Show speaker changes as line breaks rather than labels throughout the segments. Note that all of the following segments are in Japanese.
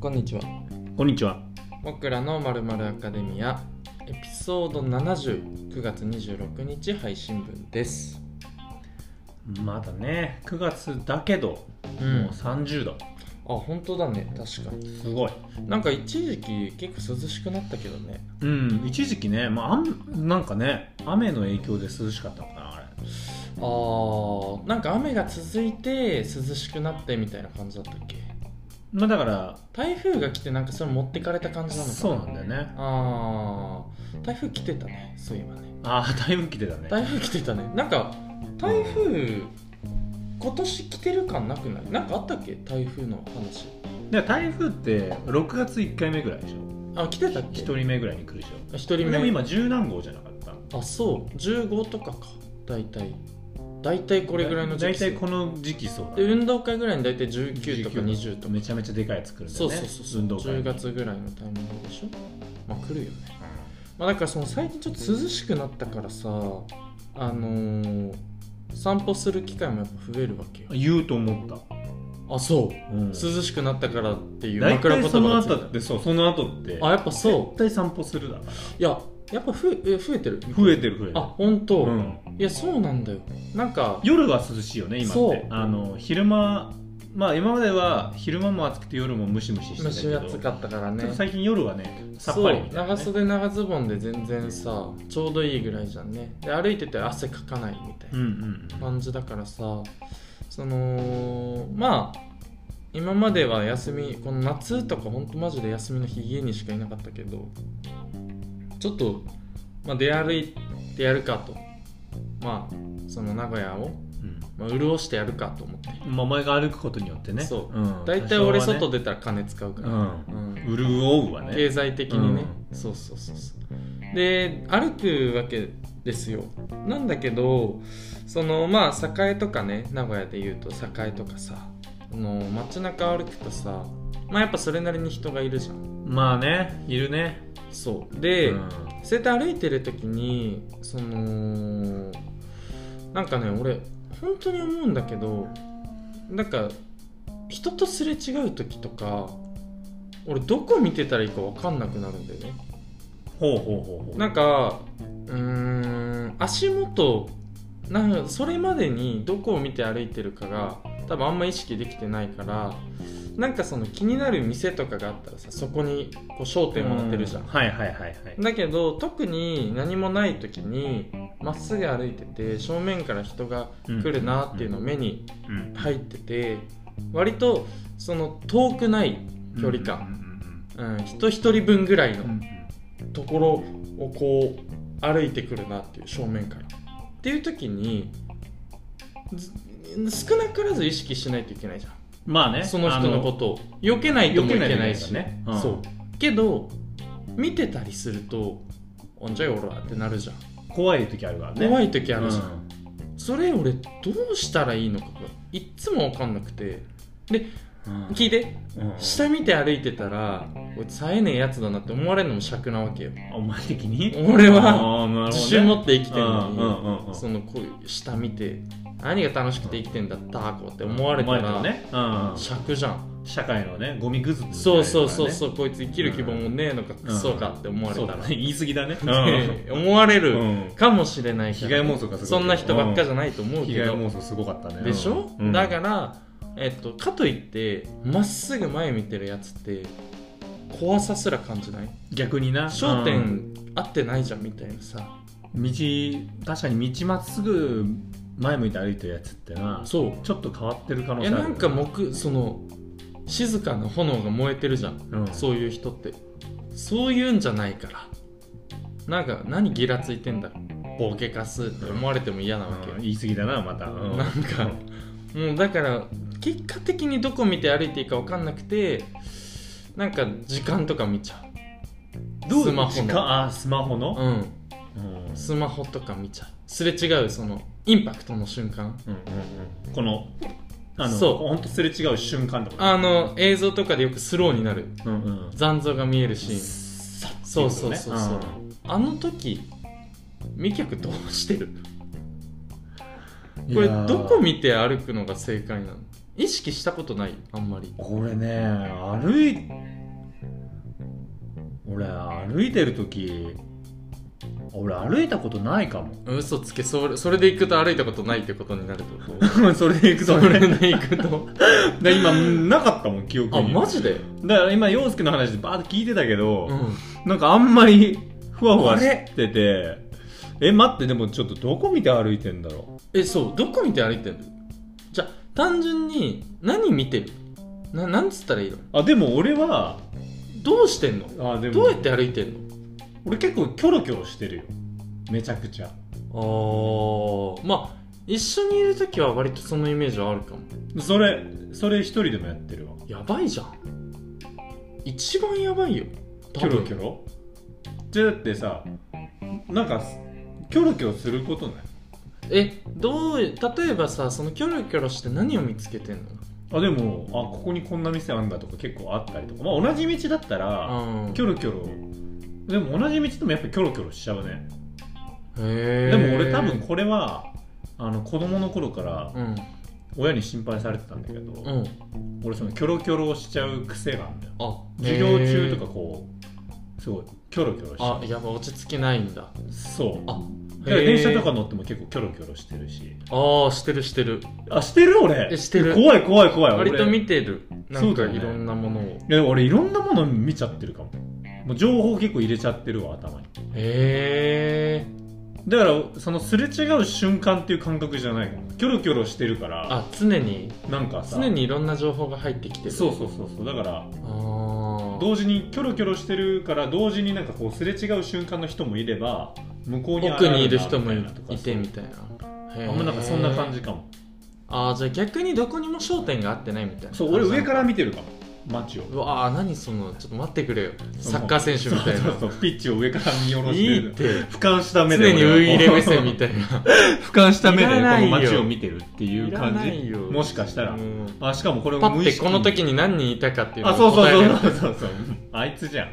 こんにちは
こんにちは。
僕らのまるまるアカデミアエピソード709月26日配信分です
まだね、9月だけど、
う
も
ん
う30度。
あ本当だね確かに
すごい。
なんか一時期結構涼しくなったけどね
うん、一時期ね、まああん、なんかね、雨の影響で涼しかったのかな、あれ。
あーなんか雨が続いて涼しくなってみたいな感じだったっけ
まあだから、
台風が来てなんかそれ持ってかれた感じなのかな
そうなんだよね。
あー台風来てたねそういえばね
ああ、だいぶ来てたね。
台風来てたねなんか台風今年来てる感なくないなんかあったっけ台風の話
で台風って、6月1回目ぐらいでしょ。
あ来てたっけ
1人目ぐらいに来るでしょ。
一人
で
目
も今、10何号じゃなかった。
あそう15とかか大体大体これぐらいの時期
だいたいこの時期そうだ、
で運動会ぐらいに大体19とか20とか、
めちゃめちゃでかいやつ来るんだ
そ
よ
う
ね。
そうそうそう
運動会に。
10月ぐらいのタイミングでしょまあ来るよね
うん
まあだからその最近ちょっと涼しくなったからさあのー散歩する機会もやっぱ増えるわけよ
言うと思った。
あそう
うん
涼しくなったからっていう
大
枕
体
言
その
葉がつい
後ってそうその後って
あやっぱそ
絶対散歩するだから
ういややっぱふえ増えてる
増えてる増えてる
あ本当、
うん、
いやそうなんだよなんか
夜は涼しいよね今
そう
ってあの昼間まあ今までは昼間も暑くて夜もムシムシしてた
蒸
け
し
ど
暑かったから
ちょっ
ね
と最近夜はねさっ
そ
ぱり
う
みたいな、ね、
長袖長ズボンで全然さちょうどいいぐらいじゃんねで歩いてて汗かかないみたい
うん
な
うんうん、
感じだからさそのまあ今までは休みこの夏とかほんとマジで休みの日家にしかいなかったけどちょっと、まあ、出歩いてやるかとまあその名古屋を、まあ、潤してやるかと思って
うんまあ、お前が歩くことによってね
そう
うん
大体俺
多少はね
外出たら金使うから、うん
うん潤うわ
経
ね
済的にね、そうそうそうそうで歩くわけですよなんだけどそのまあ栄とかね名古屋で言うと栄とかさあの街中歩くとさまあやっぱそれなりに人がいるじゃん
まあねいるね
そうで、
うん
そうやって歩いてる時にそのなんかね俺本当に思うんだけどなんか人とすれ違う時とか俺どこ見てたらいいか分かんなくなるんだよね
ほうほうほうほう
なんかうーん足元なんかそれまでにどこを見て歩いてるかが多分あんま意識できてないからなんかその気になる店とかがあったらさそこにこう焦点を当てるじゃん
うはいはいはいはい
だけど特に何もない時にまっすぐ歩いてて正面から人が来るなっていうのを目に
うん
入ってて割とその遠くない、距離
感
うん、人一人分ぐらい
うんうんうん
のところをこう歩いてくるなっていう正面から。っていう時にず少なからず意識しないといけないじゃ
まあね
んその人のことを避けないともいけないし
避けないといけないからねうん
そうけど見てたりすると「おんじゃよおら」ってなるじゃん
怖い時あるからね
怖
い
い時あるじゃん、それ俺どうしたらいいのかがいっつも分かんなくて聞いて下見て歩いてたらこいつ冴えねえやつだなって思われるのも尺なわけよ
お前的に
俺は
あーなるほどね
自信持って生きてる
うんうん
の
うんうん
にそのこういう下見て何が楽しくて生きてんだったこって思われた
お前
ら
とねうん
尺じゃん
社会のねゴミぐずって
そうそうそう
う
そうこいつ生きる希望もねえのか
ん
クソかって思われ
そう
た
だ
ら
ね言い過ぎだね
って思われ
う
る
ん
かもしれないか
被
ら
害妄想がすご
そ
い
んな人ばっかじゃないと思う
被
け
害
ど
妄想すごかったね
でしょ、
うん
だから、えっと、かといってまっすぐ前見てるやつって怖さすら感じない
逆にな
焦
うん
点合ってないじゃんみたいなさ
道確かに道まっすぐ前向いて歩いてるやつってな
そ
ちょっと変わってる可能
う
性
え
あるよ
な
ね
んか木その静かな炎が燃えてるじゃん
うん
そういう人ってそういうんじゃないからなんか何ギラついてんだボケかすって思われても嫌なわけよ
うん言い過ぎだなまたう
なんかもうだから結果的にどこ見て歩いていいか分かんなくてなんか時間とか見ちゃ
どう
スマホの
時間あスマホ
う
の、
うん
うんうんうんうん
スマホとか見ちゃうすれ違うそのインパクトの瞬間
このあの
そう
本当すれ違う瞬間とか
あの映像とかでよくスローになる
うんうん
残像が見えるシーン
さっ
そうそうそうそう、あの時美脚どうしてる
うん
これ
いやー
どこ見て歩くのが正解なの意識したことないあんまり
これね歩い俺歩いてる時俺歩いたことないかも
嘘つけそれそれで行くと歩いたことないってことになるってこと
それで行く
そ
と
れ
ね
で行くと
で今なかったもん記憶
あ
に
マジで、
だから今陽介の話でバーって聞いてたけど、
うん、
なんかあんまりふわふわしててえ待ってでもちょっとどこ見て歩いてんだろ
えそうどこ見て歩いてるじゃあ単純に何見てるななんつったらいいの
うあでも俺は
どうしてんの
あでも
どうやって歩いてん
俺結構キョロキョロしてるよめちゃくちゃ
のああまあ一緒にいる時は割とそのイメージはあるかも
それそれ一人でもやってるわ
やばいじゃん一番やばいよ
キ
多
ョ
分
ロキョロじゃあだってさなんかキョロキョロすることない
えどう例えばさそのキョロキョロして何を見つけてんの
あでもあここにこんな店あんだとか結構あったりとかまあ同じ道だったら
うん
キョロキョロでも同じ道でもやっぱキョロキョロしちゃうね
へ
で
ー
も俺多分これはあの子供の頃から
うん
親に心配されてたんだけど、
うん
俺そのキョロキョロしちゃう癖があるんだよ
あ
授業中と
へ
かこうすごいキョロキョロしちゃ
ー
う
あやば落ち着きないんだ
そう
あ
だから電車とか
へー
乗っても結構キョロキョロしてるし
ああしてるしてる
あしてる俺
えしてる
怖い怖い怖い
割と
俺
見てるな
そ
ん
うだ
か
よね
いろんなものを、
いや俺いろんなもの見ちゃってるかももう情報結構入れちゃってるわ頭に
へえ
だからそのすれ違う瞬間っていう感覚じゃないかもキョロキョロしてるから
あ常に
なんかさ
常にいろんな情報が入ってきてる
そうそうそうそうだから
ああ
同時にキョロキョロしてるから同時になんかこうすれ違う瞬間の人もいれば向こうに現
奥
れ
にいる
な
人もい
みたなとか
いてみたいな
あ
へ
ん
ー
まなんかそんな感じかも
ああじゃあ逆にどこにも焦点が合ってないみたいな
そう俺上から見てるかも街を
うわあ何そのちょっと待ってくれよサッカー選手みたい
そう
な
そうそうピッチを上から見下ろ
い
して
いっ
る
て
俯瞰した目で
常に上入れ目線み
い
たいな
俯瞰した目でこ
いらない
の
よ
街を見てるっていう
い
感
らない
じ
よ
もしかしたら
うん
あしかもこれ
パ
も
ッ
無
て
意識
こ
に
の時に何人いたかっていうの
あ
を
そうそう
答えられる
そうそうそうあいつじゃん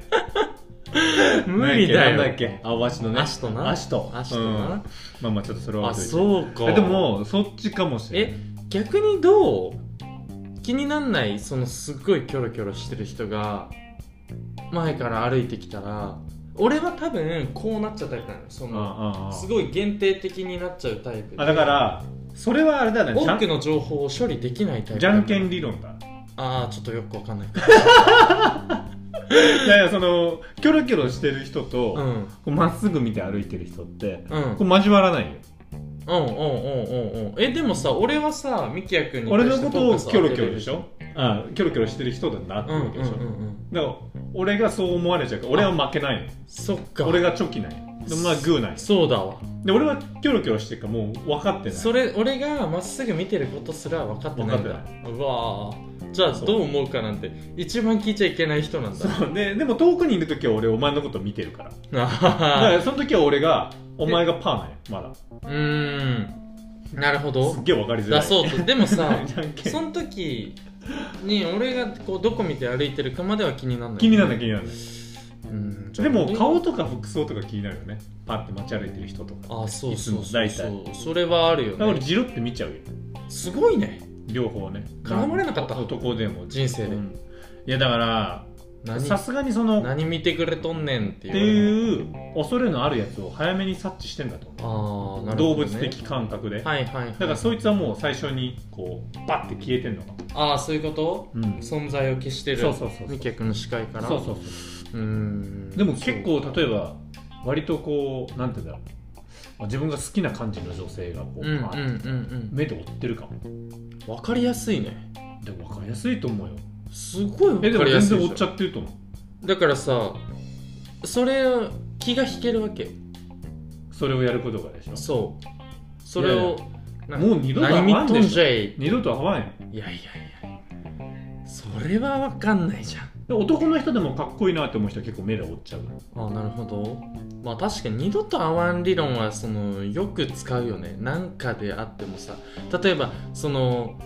無理だ
なんだっ
よ
けあわしのね
足とな
足と
足と
うん
な、
まあまあちょっとそれは
あ
置いといて
そうか
えでもそっちかもしれない
え逆にどう気になんないそのすっごいキョロキョロしてる人が前から歩いてきたら俺は多分こうなっちゃうタイプなのその
あああ
すごい限定的になっちゃうタイプで
あだからそれはあれだねじゃ
多
ん
くの情報を処理できないタイプ
じゃんけん
理
理論だ
ああちょっとよくわかんないけど
いやいやそのキョロキョロしてる人と
うんうん
こうまっすぐ見て歩いてる人って
うんうん
こう交わらないよ
うんうんうんえでもさ俺はさみきやくんに
俺のこと
フォ
を
ーカス
キョロキョロで
当
しょああキョロキョロしてる人だなってて
る
わ
うん
け
うん
で
う
しょ、
んうん
だから俺がそう思われちゃうから俺は負けない
そっか
の俺がチョキないのでもまあグーない
そうだわ
で俺はキョロキョロしてるからもう分かってない
それ俺がまっすぐ見てることすら分かってないんだ
分かっ
うわーじゃあ
そう
どう思うかなんて一番聞いちゃいけない人なんだ
そうででも遠くにいる時は俺お前のこと見てるからだ
あは
か
は
らその時は俺がお前がパーなんよま だ
うーんなるほど
すっげえ分かりづらい
出そうとでもさ
じゃんけん
その時に俺がこうどこ見て歩いてるかまでは気にならない
気になる気になる
うんじゃあ
でも顔とか服装とか気になるよねパって街歩いてる人とか
あそうそうそう
いつも大体
それはあるよ
だから俺
ね
ジロって見ちゃうよ
すごいね
両方ね
絡まれなかった
男でも
人生で
うんいやだから
何
さすがにそのっ
何見てくれとんねんって
て
いう
いう恐れのあるやつを早めに察知してんだと思
あ
う
あなる
動
ほど、ね、
物的感覚で、
はいはいはい
だからそいつはもう最初にこうバッて消えてんのかも、
ああそういうこと
うんそう
存在を消してる
そうそうそう
美脚の視界から
そうそう
うーん
でも結構例えば割とこうなんて言うんだろう自分が好きな感じの女性がこう、
うんうんうん
パ
う
ーって
ん
目で追ってるかも
分かりやすいね
でも分かりやすいと思うよ
すごい
え
分
で
か
も
りや
全
すい
然追っ
で
ち
し
ゃ
ょ
ってると思
だからさそれ気が引けるわけ
うそれをやることがでしょ
そうそれをなんか
もう二度と
何見
会わん
と
でしょ
んじゃい
二度と会わない
いやいやいやそれは分かんないじゃん
で男の人でもかっこいいなって思う人は結構目で追っちゃう
ああなるほどまあ確かに二度と会わん理論はそのよく使うよねなんかであってもさ例えばその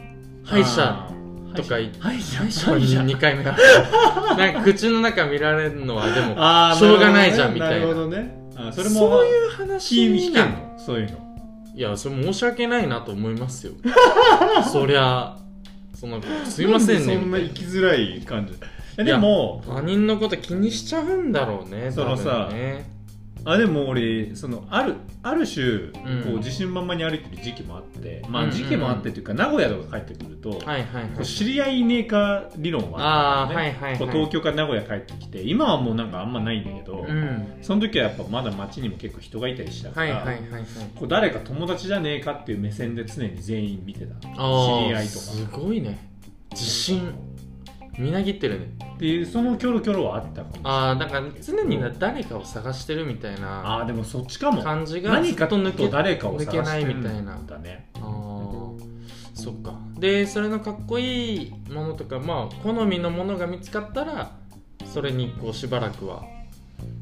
歯医者
あー
歯とか言って
歯医者
最初は2回目だ なんか口の中見られるのはでも
あー
しょうがないじゃんみたいな
るほどねあそれも
そういう話
気
に
引けんのそういうの
いやそれ申し訳ないなと思いますよそりゃそのすいませんね
なでそんな
み
生きづらい感じえ
いや
でも
たいな他人のこと気にしちゃうんだろうね
そのさ
多分ね
あでも俺そのあるある種
ん
こう自信満々に歩いてる時期もあって、ま
うん
あ
うんうん
時期もあってというか名古屋とか帰ってくると、
はいはいはい
こう知り合いいねえか理論はあったんだよね
あーはいはいはい
こう東京から名古屋帰ってきて今はもうなんかあんまないんだけど、
うん
その時はやっぱまだ街にも結構人がいたりしたか
はい
ら、
はいはいはい
こう誰か友達じゃねえかっていう目線で常に全員見てた知
あー
り合いとか
すごいね自信みなぎってるね
っていうそのキョロキョロはあったかも
ああだから常にな誰かを探してるみたいな
ああーでもそっちかも
感じがず
何
っと
かと
抜け
誰かを
抜
探
けな
し
い
て
み
るん
たいな
だね
あーそっかでそれのかっこいいものとかまあ好みのものが見つかったらそれにこうしばらくは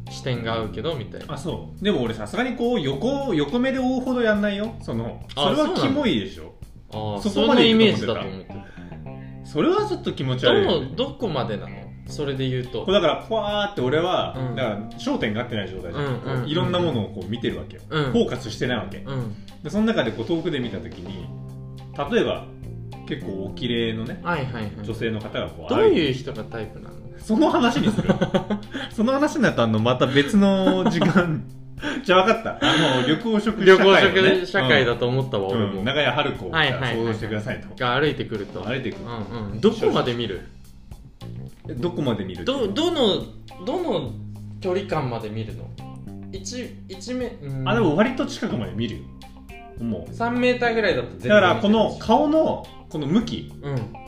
視点が合うけどみたいな
あそうでも俺さすがにこう横横目で追うほどやんないよその
あ
それ
そう
は
なの
キモいでしょ
あー
そ
そ
こ
の
まで
イ
いくと思ってた
メージだと思って
それはちょっと気持ち
た
悪い
ど
よ
の
ね
どこまでなのそれで言うと
こうだからふわーって俺は、
うん
だから焦点が合ってない状態じゃん,、
うんうんうん
いろんなものをこう見てるわけよ、
うん
フォーカスしてないわけ、
うん
でその中でこう遠くで見た時に例えば結構お綺麗のね
はいはいはい
女性の方がこう
どう
歩いて
いう人がタイプなの
その話に するその話になったのまた別の時 間じゃあ分かったあの緑黄色
旅
社会
行
をね、
食社会
う
だ
ん
と思ったわ、
う
俺
ん
も、
長屋春子をじ
はいはい
ゃあ
はい
想像してくださいと、
が歩いてくると
歩いてくる
うんうんどこまで見る
えどこまで見る
どどのどの距離感まで見るの一一メうん
あでも割と近くまで見るよも
3メーターぐらいだと全
う
然
だからこの
見て
顔のこの向き
るし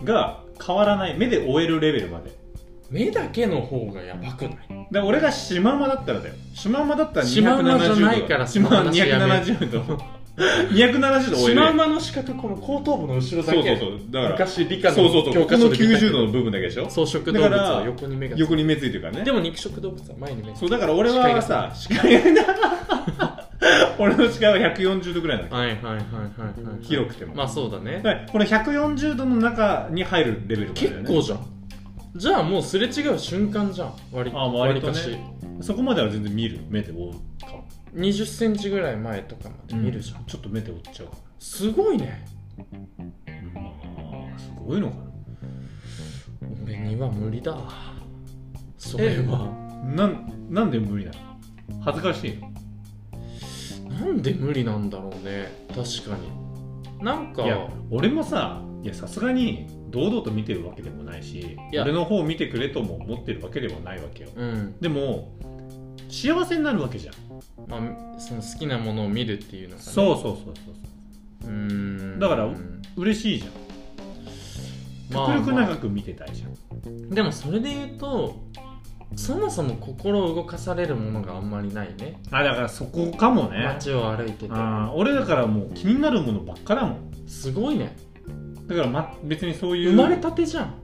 うん
が変わらない目で終えるレベルまで
目だけの方がやばくない
で俺がシマウマだったらだよシマウマだったら
シマウマじゃないから
シマウマ
その話やめ
270度270度終え
シ
る
マウマの四角この後頭部の後ろだ
そうそ
け
うそうだから
昔理科の
そうそうそう
教
ここ
科
の
書で見たけ
90
ど
度の部分だけでしょ
草食動物
だか
は
ら
横に目がつく
横に目ついてるからね
でも肉食動物は前に目がつく
そうだから俺
視界が
はさ視界が 俺の視界は140度ぐらいなの
はいはいはいはいはい、はい、
広くても
まあそうだね、
だからこの140度の中に入るレベルまでだよ
結
ね
構じゃんじゃあもうすれ違う瞬間じゃん割
あ割とね
かし
そこまでは全然見る目で追うかも
2 0ンチぐらい前とかまで見るじゃん、
ちょっと目で追っちゃうか
すごいね
なまあすごいのか
俺には無理だそれは
ななんなんで無理なの恥ずかしいの
なんで無理なんだろうね確かになんか
いや俺もさいやさすがに堂々と見てるわけでもないし
いや
俺の方を見てくれとも思ってるわけではないわけよ
うん、
でも幸せになるわけじゃん
まあ、その好きなものを見るっていうのが、ね、
そうそうそうそうそう
うーん
だから
うん
嬉しいじゃん
まあ
極力
まあ
長く見てたいじゃん、
でもそれで言うとそもそも心を動かされるものがあんまりないね
あだからそこかもね
街を歩いてて
あー俺だからもう気になるものばっかだもん
すごいね
だから、ま、別にそういう
生まれたてじゃん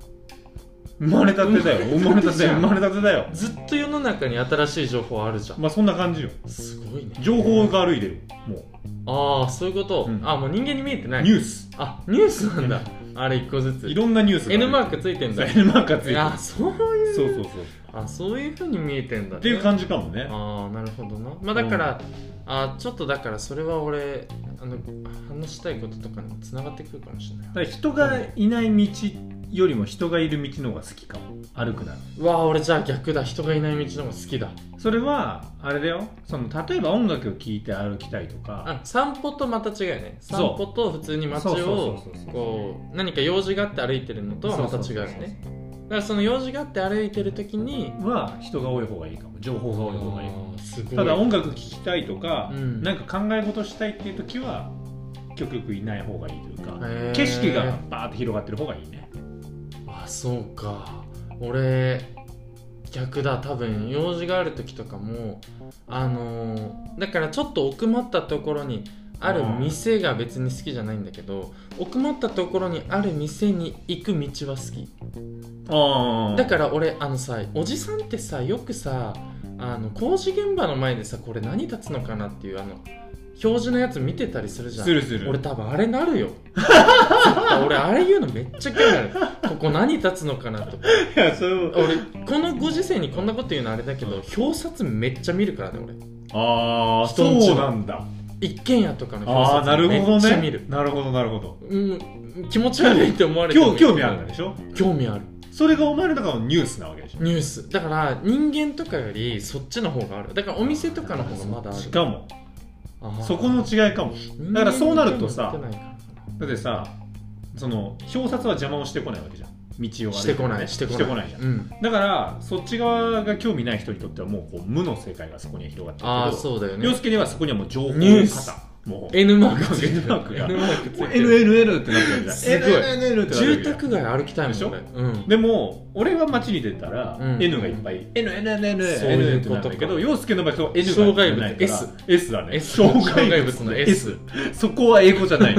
生まれたてだよ 生まれたて生まれたてだよ
ずっと世の中に新しい情報あるじゃん
まあそんな感じよ
すごいね
情報が歩いてるもう
ああそういうこと、
うん
あもう人間に見えてない
ニュース
あニュースなんだあれ一個ずつ
いろんなニュースが
N マーク
ク
ついてんだ
N マークがついてる
あそういう
そうそうそう
あそういうふうに見えてんだ、ね、
っていう感じかもね
ああなるほどなまあだから、あちょっとだからそれは俺あの話したいこととかにつながってくるかもしれない
だから人がいない道よりも人がいる道の方が好きかも歩くなら
うわあ俺じゃあ逆だ人がいない道の方が好きだ
それはあれだよその例えば音楽を聴いて歩きたいとか
あ散歩とまた違うよね散
そう
歩と普通に街
そうそう
を
そうそうそう
こう何か用事があって歩いてるのとはまた違うよねだからその用事があって歩いてる時に
は人が多い方がいいかも情報が多い方がいい
あーすごい
ただ音楽聴きたいとか、
うん
なんか考え事したいっていう時は極力いない方がいいというか
へー
景色がバーって広がってる方がいいね
あそうか俺逆だ多分用事がある時とかもあのーだからちょっと奥まったところにある店が別に好きじゃないんだけど奥まったところにある店に行く道は好き
あ
だから俺あのさおじさんってさよくさあの工事現場の前でさこれ何立つのかなっていうあの表示のやつ見てたりするじゃん
するする
俺多分あれなるよ絶った俺あれ言うのめっちゃ興味あるここ何立つのかなとか
いやそれも
俺このご時世にこんなこと言うのあれだけど表札めっちゃ見るからね俺
ああ
人んちの
そうなんだ
一軒家とかの
ああ
表
な
札
る
め
ほど
っちゃ見
ね
る、
なるほどなるほど
うん、気持ち悪いって思われても
興興味あるんでしょ
興味ある
それがお前の中のニュースなわけでしょ
ニュースだから人間とかよりそっちの方があるだからお店とかの方がまだある
しかも
あー
そこの違いかもだからそうなるとさ
人間に興味持ってないから
だってさその表札は邪魔をしてこないわけじゃん道を歩い
してこないして
して
こない
こないじゃん
うん、
だからそっち側が興味ない人にとってはもうこう無の世界がそこには広がって
ああ
るけど
そうだよ
凌
ね
介ではそこにはもう情報の
ニュース
型もう
N マークついて
N マークが
N マークついてる
LLL ってなってるじゃん
すごい
LLL ってなってる
住
じゃん
宅街歩きたいもん
でしょ
俺うん
でも俺は街に出たら、
うん
N がいっぱい NNNN
そういう
って
こ
なるん
とか
だけど陽介の場合そこ N が
障害物
ないから
S
S だね
S
障害物
障害物の
の
S
S そこは英語じゃない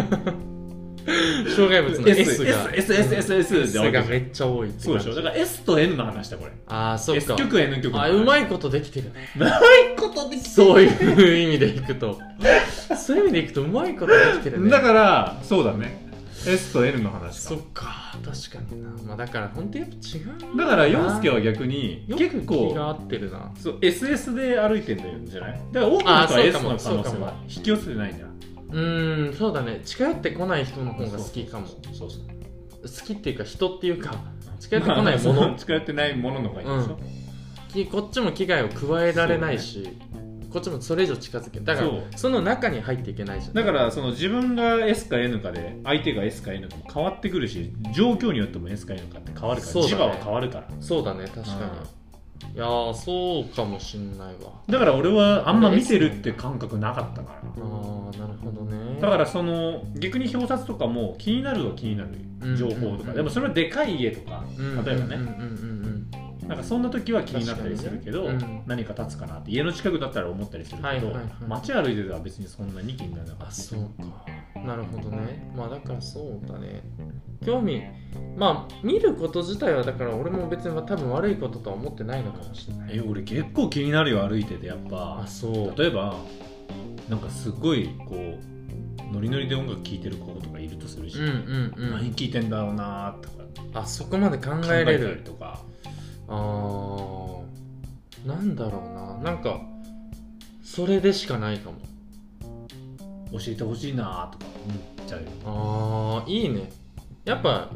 障害物の S が
SSSSS で
S がめっちゃ多いって
そうでしょだから S と N の話だこれ
ああそっ
S
か
曲 N 曲
あうまいことできてるね
いことで
そういう意味でいくとそういう意味でいくとうまいことできてるね
だからそうだね S と N の話
そっか確かにな、まあ、だから本当やっぱ違う
だから陽介は逆に
よく
結
気が
構
合ってるな
そう SS で歩いてんじゃないだから多く
あ
の
ー
人は
そうかも
S の可能
そ
性
うか
は
も
引き寄せてないんじゃないう
ーんそうだね近寄ってこない人の方が好きかも
そうそうそう
好きっていうか人っていうか近寄ってこないもの
まあ近寄ってないものの方がいいでしょ、
きこっちも危害を加えられないし、こっちもそれ以上近づけだから
そ
そうの中に入っていけないじゃん
だからその自分が S か N かで相手が S か N かも変わってくるし状況によっても S か N かって変わるから、
そうだね
磁場は変わるから
そうだね確かにいやーそうかもしんないわ
だから俺はあんま見てるって感覚なかったから
あーなるほどね
だからその逆に表札とかも気になるは気にな
うん
る情報と
うん
かでもそれはでかい家とか
うん
例えばね
うんうんうん
なんかそんな時は気になったりするけど、
確かにねうん
何か立つかなって家の近くだったら思ったりするけど、
はいはいはい
街歩いてたら別にそんなに気にならな
うんあ
かった
そうかなるほどねまあだからそうだね興味まあ見ること自体はだから俺も別に多分悪いこととは思ってないのかもしれない
え俺結構気になるよ歩いててやっぱ
あそう
例えばなんかすごいこうノリノリで音楽聴いてる子とかいるとするし、
うんうんう
何
ん
聴いてんだろうなとか
あそこまで考
考
え
え
れ
た
る
りとか
あーなんだろうななんかそれでしかないかも
教えてほしいなとか思っちゃうよ
あーいいねやっぱ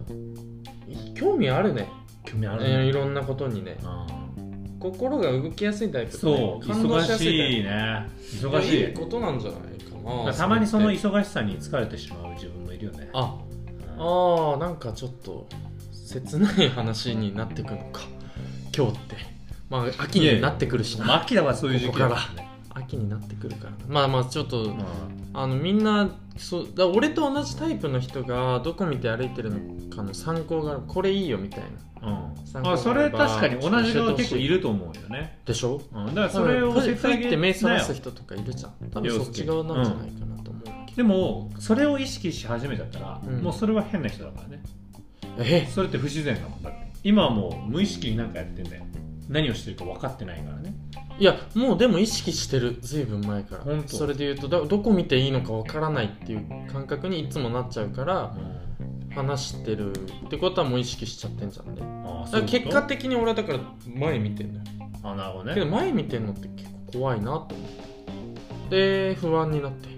興味あるね、
興味ある
えーいろんなことにね
うん
心が動きやすいタイプだね
そう
感動しやすい
忙
タ
し
イ
いね
プ
忙しい
やことなんじゃないか
だ
な
からたまにその
れって
忙しさに疲れてしまう自分もいるよね
ああ
うん
ーなんかちょっと切ない話になってくのか今日ってまあ秋になってくるしな
マキラはそういう時期だ
ここ
ね
秋になってくるからまあまあちょっと
うん
あのみんなそうだ俺と同じタイプの人がどこ見て歩いてるのかの参考があるこれいいよみたいな
うんあそれ確かに同じ側結構いると思うよね
でしょ
うんだからそれを
ふ
教
ふ
えてあげ
って目覚
な
ま
よ
す人とかいるじゃん多分そっち側なんじゃないかなと思うけ
でもそれを意識し始めちゃったら、
うん
もうそれは変な人だからね
ど、え
それって不自然なもんだって今はもう無意識に何かやってんだよ何をしてるか分かってないからね
いやもうでも意識してるずいぶん前から
ほんと
それで言うとだどこ見ていいのかわからないっていう感覚にいつもなっちゃうから話してるってことはもう意識しちゃってんじゃんね
あ
だか
あ
ら
そういう
結
こ
果的に俺はだから前見てんのよ
とあなるほど
けど
ね
前見てんのって結構怖いなと思ってで不安になって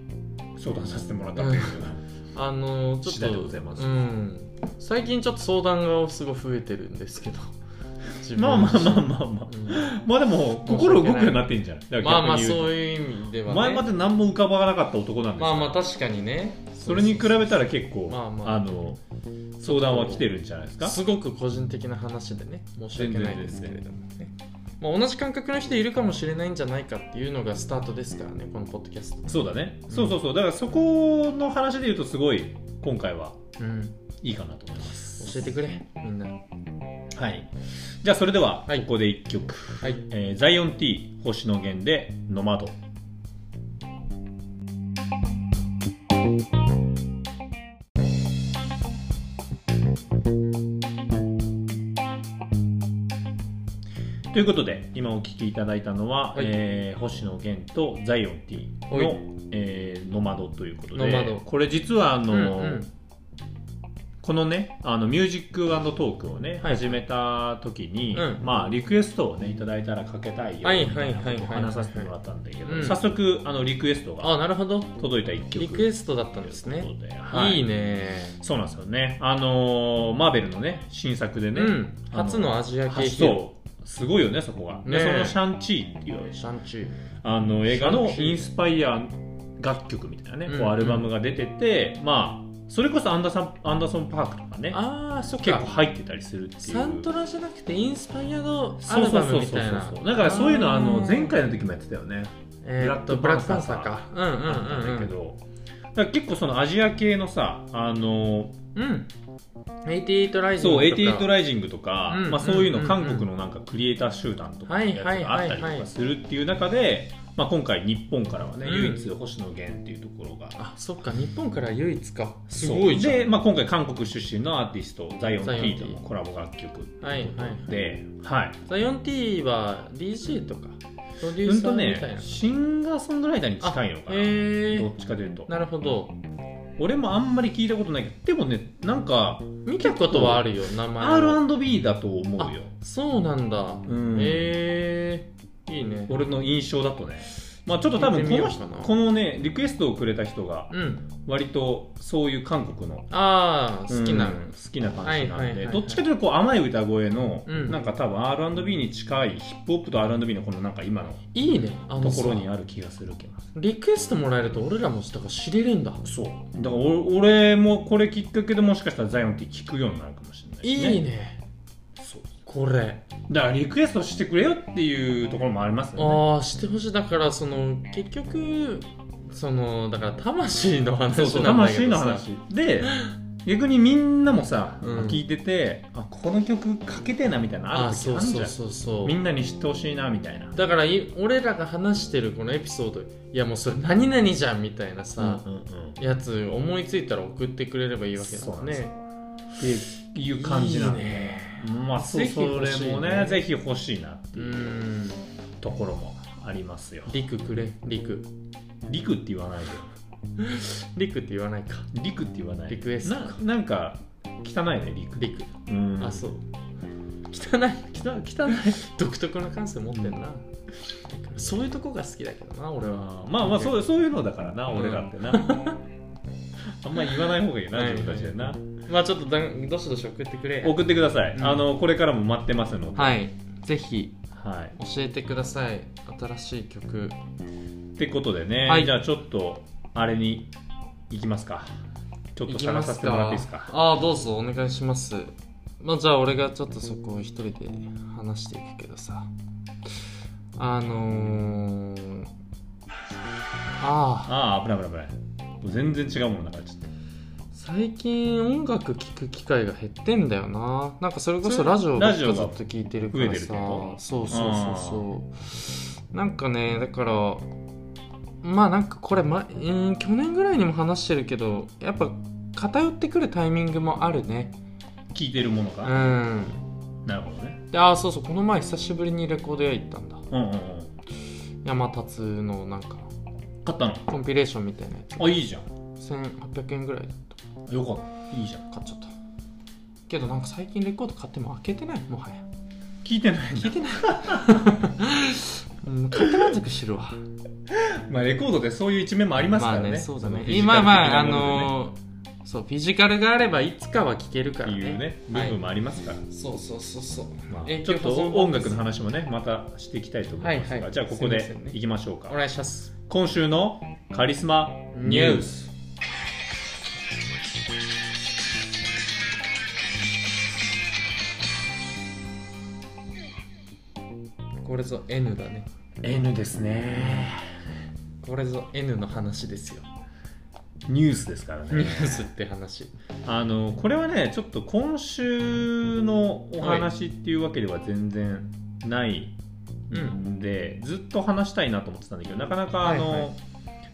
相談させてもらったんだけど、
あのーち
次
ょっ
第
と
でございます
うん、最近ちょっと相談がすごい増えてるんですけど 自分
ま あまあまあ
あ、
まあま
う
あ
ん
まあでも心動くようになってんじゃんだから
まあまあ
逆に言うと
そういう意味では、ね、
前まで何も浮かばなかった男なんです
ま
よ
あまあ確かにね
それに比べた
ら
ら結構、
まあ
あ
まあ
の相談は来てるんじゃないですか
すごく個人的な話でね申し訳ないですけれどもね、まあ、同じ感覚の人いるかもしれないんじゃないかっていうのがスタートですからねこのポッドキャス
そうだね、
ん
そうそうそうだからそこの話で言うとすごい今回は
ト、うん、
いいかなと思います
教えてくれみんな
はいじゃあそれでは
はい
ここで1曲、
はい
えーザイオン T 星野源で「ノマド」ということで今お聞きいただいたのは、
はい
えー星野源とザイオン T
は
の
い
「えーノマド」ということで
ノマド
これ実はあの、
うんうん
このねあのミュージックトークをね、
はい
始めた時に、
うん
まあリクエストをねいただいたらかけたいよ
はい
みたいなこと
はいはい
を
はい
話させてもらったんだけど、
うん
早速あのリクエストが
あなるほど
届いた1曲
リクエストだったんです
とい
ね
うことで、はい
いいね
そうなんですよねあのーマーベルのね新作でね、
うん
あの
初のアジア系
発
ヒーロ
そうすごいよねそこが、で
ねえ
その「シャンチー」っていう
ーシャンチー
あの映画の
シャンチー
インスパイア楽曲みたいなね、
うん
こうアルバムが出てて、まあそれこそアンダーソンアンダーソン・パークとかね
ああそっ
結構
か
入ってたりするっていう
サントラじゃなくてインスパイアドア
そう
ル
そう
バ
そ
ム
う
み
そう
たいな
そうだからそういうのあの
ー
前回の時もやってたよね
えーっと
ブ
ブ
ラ
ラ
ッ
ッ
ク
ク
パ
パ
ン
ンサー
サーか
かうんうん
あったんだ
う
け
ん
どだから結構そのアジア系のさあの
うんうん88ライジン
そう
グとか
88ライジングとか、
うん
まあ、そういうの、
うん
韓国のなんかクリエイター集団とか
はい
やつがあったり
はいはい
と
は
か
い
するっていう中で、まあ、今回日本からはね、
うん
唯一星野源っていうところが
あそっか日本から唯一かすごいじ
そう
ゃん
で、まあ、今回韓国出身のアーティストザイオン・テ
ザイオン
ィ
T
ーとのコラボ楽曲って
はいいう
こ
はいはい
とで、はい
ザヨン T は DJ とかプロデュ
う
ー
ん
サ
と
ーみたい
ね
な、
シンガーソングライターに近いのかな、
へ
ど
え
っちかというと
なるほど
俺もあんまり聞いたことないけどでもねなんか
見たことはあるよ名前は
R&B だと思うよ、
そうなんだ
うん
えー、いいね
俺の印象だとねまあちょっと多分この人
聞いてみようかな
このねリクエストをくれた人が
うん
割とそういう韓国の
ああ好きな、
うん好きな感じなんで、
はいはいはいはい
どっちかというとこう甘い歌声の、
うん
なんか多分 R&B に近いヒップホップと R&B のこのなんか今の
いいねあ
と
のさ
ころにある気がするけど
リクエストもらえると俺らもだから知れるんだ
そうだからお俺もこれきっかけでもしかしたらザイオンって聞くようになるかもしれない
いい
し
ね
そう
これ
だからリクエストしてくれよっていうところもありますよね
ああしてほしいだからその結局そのだから魂の話なんだけ
そう
ど
そう
さ
魂の話で逆にみんなもさ、
うん
聞いててあこの曲かけてえなみたいなの
あ
あ
あ
る時あ
そう
る
ん
じゃん
そうそうそう
みんなに知ってほしいなみたいな
だからい俺らが話してるこのエピソードいやもうそれ何々じゃんみたいなさ、
うんうんうん
やつ思いついたら送ってくれればいいわけだ
そ
も
うなんんですよ
ね
っていう感じなんで
いいね
まあそ
ぜひ
そ
欲
れ
しいね
もねぜひ欲しいなって
う
いうんところもありますよ
リクくれリク
リクって言わないで
リクって言わないか
リクって言わない
リクエスト
ななんか汚いねリク
リク
うん
あそう汚い
汚汚い
独特な感性持ってんな、そういうとこが好きだけどな俺は
まあまあそうそういうのだからな
うん
俺らって なあんまり言わない方がいいな
はい
自分たちでな
まあちょっとだんどしどし送ってくれ
送ってください
うん
あのこれからも待ってますのではい
はいぜひ教えてください新しい曲
ってことでね
はい
じゃあちょっとあれに行きますかちょっと探させてもらっていいですか
ああどうぞお願いしますまあじゃあ俺がちょっとそこを一人で話していくけどさあのー、ああ
ああ危ない危ない危ないもう全然違うものだからちょっと
最近音楽聴く機会が減ってんだよななんかそれこ
そ
そ
れ
ラジオばっ
ラジオ
かず
が
っと聴いてるから
増えてるって
さ
こ
そうそうそうそうなんかねだからまあなんかこれ、まうん、去年ぐらいにも話してるけどやっぱ偏ってくるタイミングもあるね
聞いてるもの
う
か、
ん
なるほどね
でああそうそうこの前久しぶりにレコード屋行ったんだ
うんうんうん
山達のなんか
買ったの
コンピレーションみたいなや
あいいじゃん
つ1800円ぐらいだった
よかったいいじゃん
買っちゃったけどなんか最近レコード買っても開けてないもはや
聞いてない
聞いてないうん買って満足してるわ
まあレコードでそういう一面もありますからね、
まあねそうだね
フィジカ
今
ル的
まああ
なもの
のーそうフィジカルがあればいつかは聴けるから
でね
ね
っていうね部
はい
分もありますから、
そうそうそうそう、
ま
永
あ、ち
久
ょっと
保存版
音楽の話もねまたしていきたいと思いますが、
はいはい
じゃあここ
すい
で
ませんね
いきましょうか、
お願いします
今週のカリスマニュース
これぞ N だね
N ですね
これぞ N の話ですよ
ニュースですから
ニュ
ね
ースって話
あのこれはねちょっと今週のお話っていうわけでは全然ないんで、ずっと話したいなと思ってたんだけどなかなかあの、
はいはい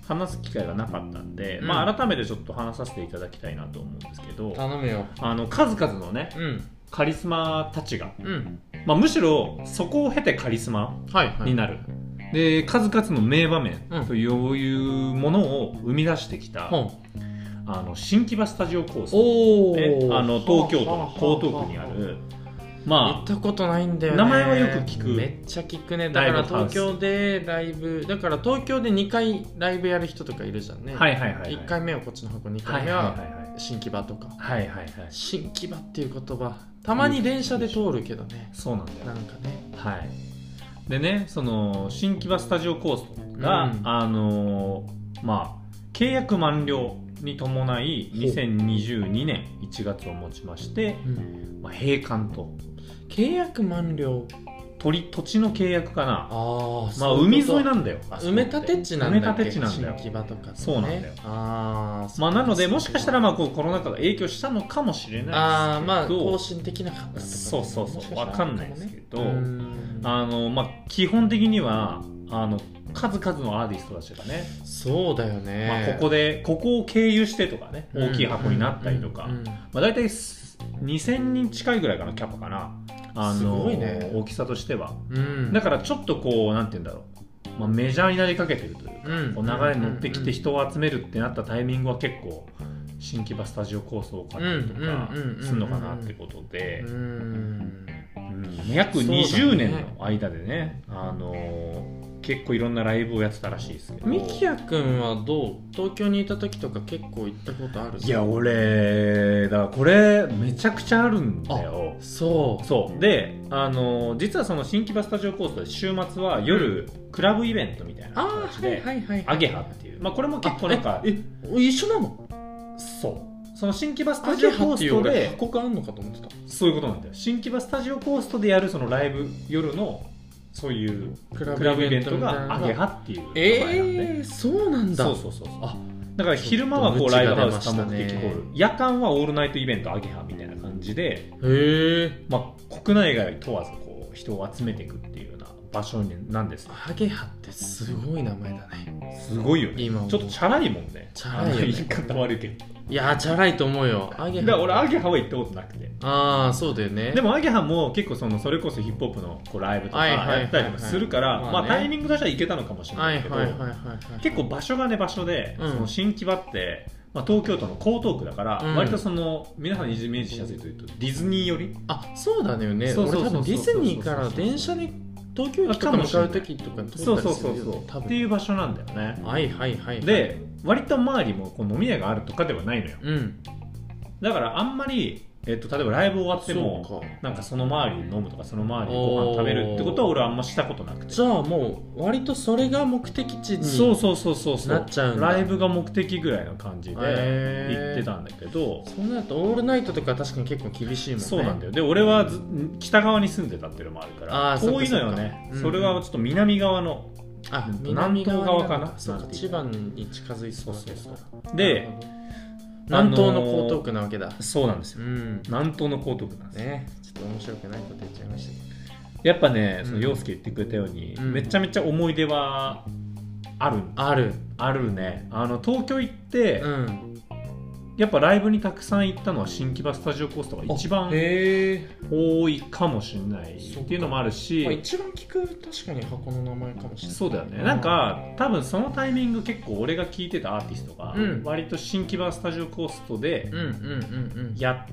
話す機会がなかったんで、
うん
まあ、改めてちょっと話させていただきたいなと思うんですけど
頼むよ
あの数々のね
うん
カリスマたちが、
うん
まあ、むしろそこを経てカリスマ
はいは
になる、で数々の名場面
うん
というものを生み出してきた、
ほ
あの新木場スタジオコース、
おお、
ね、あの東京都
はあはあはあ
の江東区にあ
行
るま
ったことないんだよね
名前はよく聞く
めっちゃ聞くねだか
ライ
ら
ブハウス
東京でライブだから東京で2回ライブやる人とかいるじゃんね、
あはいはいはいはい
1回目はこっちの箱2回目
はい
は新木場とか、
はいはいはいはいはいはい
新木場っていう言葉たまに電車で通るけどね
そうなんだよ
なんかね
はい、でねその新木場スタジオコースが、
うん
あのーまあ、契約満了に伴い
ほう
2022年1月をもちまして、まあ、閉館と
契約満了
鳥土地の契約かな
ああ
まあ、海沿い
ん
なんだよあそこ
埋め立て地なんだっけ
埋め立て地なんだよ
新木場とかってね
そうなんだよ
ああ
まあ、なのでもしかしたらまあこうコロナ禍が影響したのかもしれ
あ
な
あ
いですけど
まあ更新できなかったとかね
そうそう
もし
そう
した
わ
ら
かんないですけど、
うん
あのまあ、基本的にはあの数々のアーティストたちがね
そうだよね、
まあ、ここでここを経由してとかね
うん
大きい箱になったりとか、
うんうん
まあ、大体す2000人近いぐらいかなキャパかなあの
すごいね
大きさとしては
うん
だからちょっとこうなんて言うんだろう、まあ、メジャーになりかけてるというか、
うん
こう流れに乗ってき
うんうんう
て
ん
人を集めるってなったタイミングは結構新木場スタジオ構想かったりとか
うんうんうんうんうん
するのかなってことで
う、ん
うん約
そう
20
だね
年の間でねあの結構いろんなライブをやってたらしいですけど
みきやくんはどう東京にいた時とか結構行ったことある
いや俺だからこれめちゃくちゃあるんだよ
そう
そうであの実はその新木場スタジオコースで週末は夜、クラブイベントみたいな
ああ
形
は
で、
いはいはい
アゲハっていう、まあ、これも結構なんか
あええ一緒なの
そうその新木場ス
ア
タジ
ゲ
オ
ハ
コー
っていう
スト
俺
で
箱があんのかと思ってた
そういうことなんだよ新木場スタジオコーストでやるそのライブ夜のそういう
ク
クラブイベント
みたいなの
がアゲハっていう名前なんで、
ええそうなんだ
そうそうそうそう
あ
だから昼間はこう
ちょっ
ライ
と
ブ
愚痴
ハ
が出ま
ウ
し
ス
た
多
ね
目的ホール夜間はオールナイトイベントアゲハみたいな感じで
へえ
まあ、国内外問わずこう人を集めていくっていうような場所になんですよ
アゲハってすごい名前だね
すごいよね
今思う
ちょっとチャラいもんね
チャラいよね
あの言い方悪いけど
いやーチャラいと思うよアゲハ
だから俺アゲハは行ったことなくて
ああそうだよね
でもアゲハも結構そのそれこそヒップホップのこうライブとか
はいはいはいはい
やったりとかするから
まあね
まあタイミングとしては行けたのかもしれ
は
ないいけど
はいはいはいはい
結構場所がね場所で
うん
その新木場ってまあ東京都の江東区だから
うん
割とその皆さんにイメージしやすいというとディズニー寄り
あそうだよね
そうそうそう
俺多分ディズニーから電車で東京駅とか向かう時とか通
そ
った
うそ
り
う
する
そ
よ
う
ね
そ
多
うって
分
いう場所なんだよね
はいはいはいはい
で割と周りもこう飲み屋があるとかではないのよ
うん
だからあんまり、えっと、例えばライブ終わっても
そうか
なんかその周りで飲むとかその周りでご飯食べるってことは俺はあんましたことなくて
じゃあもう割とそれが目的地に
そうそうそうそうそ
なっちゃうんだ
ライブが目的ぐらいの感じで
へー
行ってたんだけど、
そうなるとオールナイトとか確かに結構厳しいもんね
そうなんだよで俺はず北側に住んでたっていうのもあるか
あ
ら
ーそっか
遠いのよね
そっか
それはちょっと南側の
あ
うん
南側
南東側かな
そうか千葉に近づいて
そうそうそう
で
で
南東の
あのー
江東区なわけだ
そうなんです
う
よ
ん
南東の江東区なんですよ
ねちょっと面白くないこと言っちゃいましたけど
やっぱね、そうの
ん
陽介言ってくれたように、
うん
めちゃめちゃ思い出はある
ある
あるねあの東京行って、
うん
やっぱライブにたくさん行ったのは新木場スタジオコースとが一番
へえ
多いかもしれない
そっか
っていうのもある
まあ
し
一番聞く確かに箱の名前かもしれない
そうだよねなんか多分そのタイミング結構俺が聴いてたアーティストが
うん
割と新木場スタジオコーストで
うんうんうんうん
や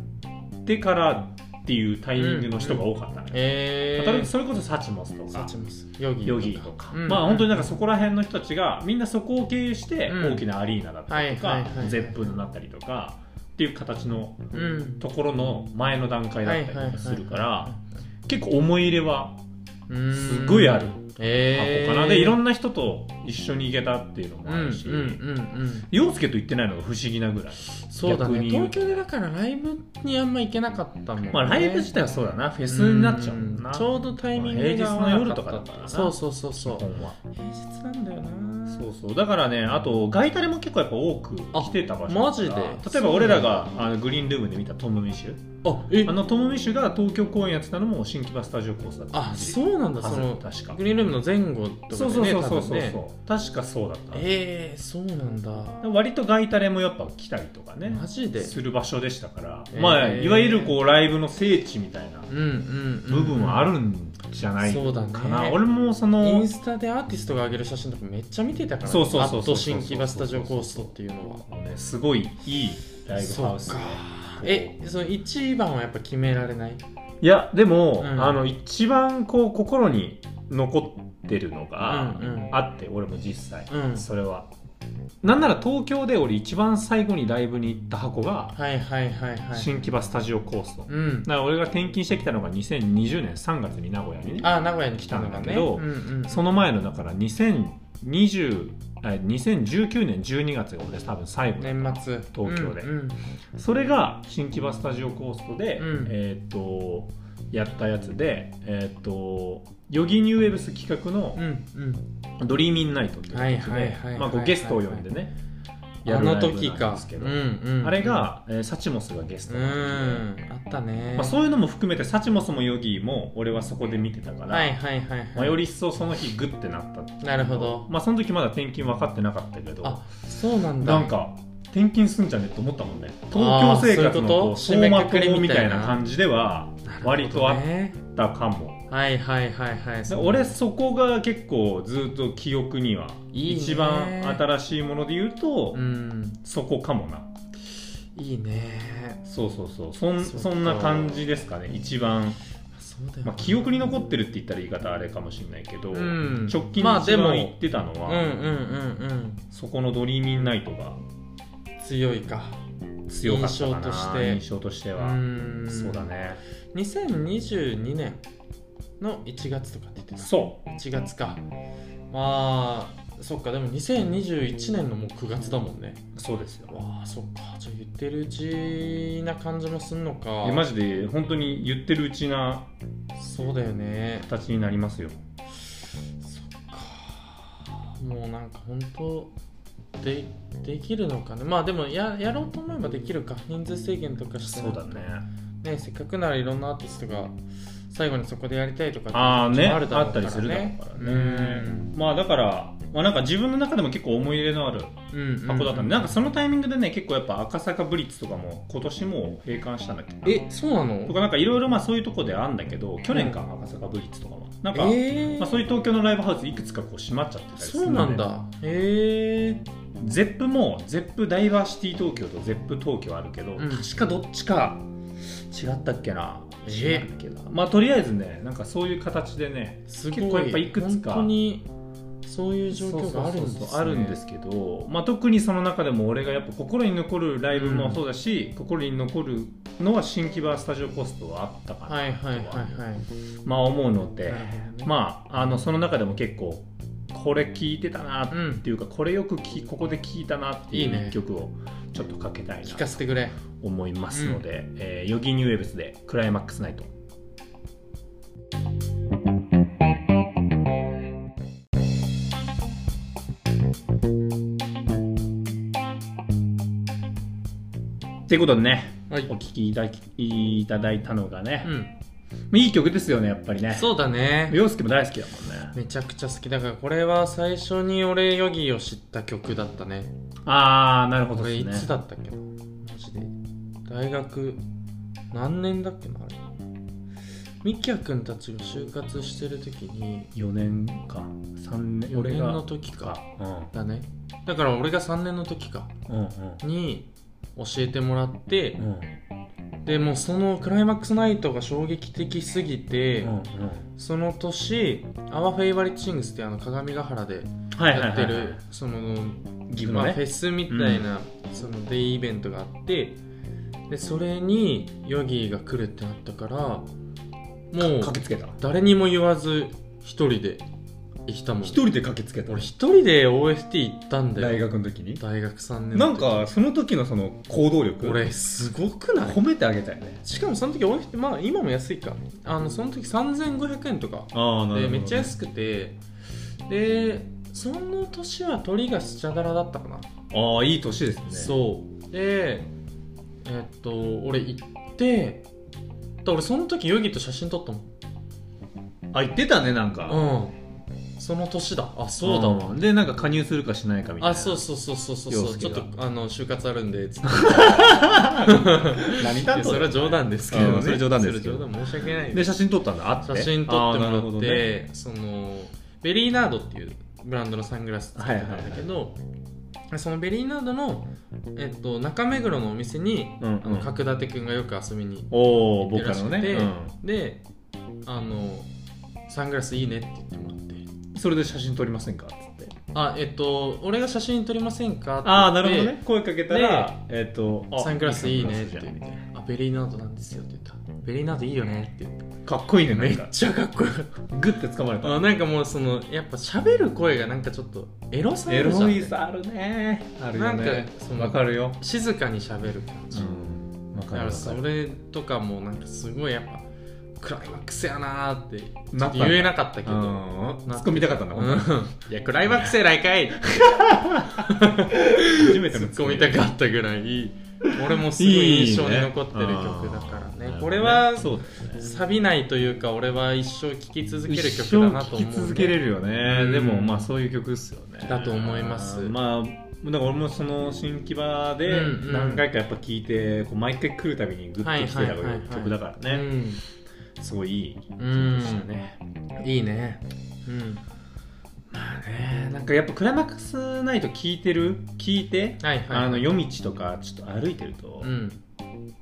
ってからっていうタイミングの人が多かったね
え
例えば
ー、
それこそサチモスとか
チモスヨギ
ヨギとか、
うん
まあ本当になんかそこら辺の人たちがみんなそこを経由して
うん
大きなアリーナだったりと
はいは
か
いはいはい
ゼップになったりとかっていう形の
うん
ところの前の段階だったりとかするから結構思い入れは
す
すごいある
え
箱
ー、
かなでいろ
なん
な人と一緒に行けたっていうのもあるし
うんうんうんうん
陽介と行ってないのが不思議なぐらい
そうだ
逆
ね
に言う
東
と
京でだからライブにあんま行けなかったもんね
まあライブ自体はそうだなフェスになっちゃうもん
ん
な
ちょうどタイミングが合
ま
わ
あ
なか
平日の夜
った
とかだったらな
そうそうそうそう
基本は
平日なんだよな
そうそうだからねあとガイタレも結構やっぱ多く来てた場所
あマジで
例えば俺らがあのグリーンルームで見たトム・ミッシュ
あえ
あのトム・ミッシュが東京公演やってたのも新木場スタジオコースだった
あそうなんだそ
そ
の
確か
グリーンルームの前後とか
そう
で
そう
ね
そうそう
多
そう、
分ね
確かそうだった
えー、そうなんだ
割とガイタレもやっぱ来たりとかね
マジです
る場所でしたから、
えー
まあいわゆるこうライブの聖地みたいな
うんうん、うん、
部分はあるんじゃない
そうだね
かな、俺もその
インスタでアーティストが上げる写真とかめっちゃ見てたから
そうそうそうそう
アット新木場スタジオコーストっていうのは
ねすごいいいライブハウス
そ
で
うかえその一番はやっぱ決められない
いやでも、
うん
あの一番こう心に残ってるのが
うんうん
あって、俺も実際、
うん
それはなんなら東京で俺一番最後にライブに行った箱が
はいはいはいはい
新木場スタジオコースト、だ
うん
から俺が転勤してきたのが2020年3月に名古屋にね
あ名古屋に来たのが
来たんだ
ね
けど
うんうん
その前のだから2020あ2019年12月が俺多分最後だ
年末
東京で
うん
それが新木場スタジオコーストで、
うん
えーっとやったやつでえーっとヨギニューウェブス企画の
うんうん
「ドリーミンナイト」っていうやつ
はいはい
で
はいはい
まあこうゲストを呼んでね
うんあ
や
の
るライブ
時
なん
か
ですけ
う
ど
んうん
あれが、えーサチモスがゲス
う
トなんで
んあったね
まあ、そういうのも含めてサチモスもヨギーも俺はそこで見てたから、
はいはいはいはい
まあ、より一層その日グッてなったっていう
なるほど
まあその時まだ転勤分かってなかったけど
あそうなんだ
なんか転勤すんじゃねって思ったもんね東
あー
京生活のこう
そういう
走
こと
馬
締めくくり
灯
み
み
た
た
い
い
な
な感じでは割とあっ
ね
たかも、
はいはいはいはい
で
そう
俺そこが結構ずっと記憶にはい
いね
一番新しいもので言うと
うん
そこかもない
いね
そうそうそうそん
そっか
そんな感じですかね一番、
そうだよね
まあ、記憶に残ってるって言ったら言い方あれかもしれないけど、
うん
直近
ま
に
あ
一
でも
番行ってたのは、
うんうんうんうん
そこの「ドリーミンナイト」が
強いか
強かっ
印象と
たかな
して
印象として
う
は、
ーん
そうだね
2022年の1月とかって言ってた
そう
1月かまあそっかでも2021年のもう9月だもんね
そうですよ
わあそっかじゃあ言ってるうちな感じもすんのか
えマジで本当に言ってるうちな
そうだよね
形になりますよ
そっかもうなんか本当でできるのかねまあでもややろうと思えばできるか人数制限とかして
そうだね
ねせっかくならいろんなアーティストが最後にそこでやりたいとかって
ああね
いう気持ちも
あった
ろ
り
う
するだろうからね
うん
まあだから、まあ、なんか自分の中でも結構思い入れのある
うんうん
箱だったんで、なんかそのタイミングでね結構やっぱ赤坂ブリッツとかも今年も閉館したんだっけ
えそうな
と
の
かなんかいろいろまあそういうとこであんだけど去年か赤坂ブリッツとかはなんか、
えー
まあ、そういう東京のライブハウスいくつかこう閉まっちゃってたりす
そう
る
なんだええ
ゼップもゼップダイバーシティ東京とゼップ東京あるけど、
うん
確かどっちか違ったっけな
え
違ったっけなまあとりあえずねなんかそういう形でね
すごい
結構やっぱいくつか
本当にそういう状況があるんです、ね、
そうそうそうあるんですけど、まあ、特にその中でも俺がやっぱ心に残るライブもそうだし、心に残るのは新木場スタジオコストはあったかな、
はいはいはいはい
まあ思うので、
あ
まああのその中でも結構これ聞いてたなっ
うん
ていうか、これよくきここで聞いたなって
い
い
いね
う一曲をちょっとかけたいな
聞
と
かせてくれ
思いますので、えーヨギニューウェブスでクライマックスナイトということでね
はい
お聴きいただきいただいたのがね
う、
いい曲ですよねやっぱり
ん
ね
そうだね
洋介も大好きだもんね
めちゃくちゃ好きだからこれは最初に俺ヨギを知った曲だったね
ああなるほど
これ
で
い
すね
つだったっけなマジで大学何年だっけなあれみきやくんたちが就活してる時に
4年か3年
4
俺
年
が
の時か
うん
だねだから俺が3年の時か
うん
に教えてもらって
うんう、ん
でもうそのクライマックスナイトが衝撃的すぎて、
うんうん
その年「Our Favorite Things」ってあの鏡ヶ原で
はいはい
やっ
は
て
いは
る
い
その
岐阜
ま
の
あ、
ね
フェスみたいな、そのデイイベントがあってでそれにヨギーが来るってなったからもう
駆けつけた
誰にも言わず一人で行ったもん
一人で駆けつけた
俺一人で OST 行ったんだよ
大学の時に
大学3年
な
の
ん
時
かその時のその行動力
俺すごくない
褒めてあげたいね
しかもその時 OST まあ今も安いかあのその時3500円とか
ああ
でめっちゃ安くてでその年は鳥がスチャダラだったかな、
ああいい年ですね
そうでえっと俺行ってだ俺その時ヨギと写真撮った
あ言ってたねなんか
もんその年だあそうだわ、
んでなんか加入するかしないかみたいな
あそうそうそうそうそう
陽
そうち
介
ょっ
が
とあの就活あるんでつって
何
いや
担当
それは冗談ですけど、
う
ね、
んそれ冗談ですけ
それ
ど
冗談申し訳ない
で写真撮ったんだあって
写真撮っても
あーなるほ
ら
ど
っ
ね
て、そのベリーナードっていうブランドのサングラス作ってたんだけど、そのベリーナードの、えっと、中目黒のお店に、
うんうん
あの角立くんがよく遊びに
おお
行って
僕
ら
ら
し
の
く
ね、
て、
う
であのサングラスいいねって言ってもらって
んそれで写真撮りませんかっつって
あえっと俺が写真撮りませんかって言って
ああなるほどね声かけたらえっ、とあ
サングラスいいねって
サングラスじゃん
あベリーナードなんですよって言ったベリーナードいいよねって言って
かっこいいねな
め
ん
っ
か
ちゃかっこよかった
グッて掴まれた
あなんかもうそのやっぱ喋る声がなんかちょっとエロさあ
エ
るじゃ
ロ
ん
いさあるねあるよ
なん
ね
かその
わかるよ
静かに喋る感じ、
うんわ
だ
か
か
るわ
ら
か
そ
る
れとかもなんかすごいやっぱクライマックスやなーってちょっと
なったんだ
言えなかったけど、
うん突っ込みたかったんだ
う
本当に
んいやクライマックスやないかい
初めて
突
の
っ込みたかったぐらい俺もすごい印象に残ってる曲だからね
いいね
これは
そうだよね
錆びないというか俺は一生聴き続ける曲だなと思う、
一生聴き続けれ
る
るよね、
うん
でもまあそういう曲っすよね
だと思います
まあだから俺もその新木場で
うんうん
何回かやっぱ聴いてこう毎回来るたびにグッと来てた
はいはいはいはい
曲だからね、すごいいい曲でしたね、
うんいいねうん
まあねなんかやっぱクライマックスないと聴いてる聴いて、
はいはい
あの夜道とかちょっと歩いてると、
うん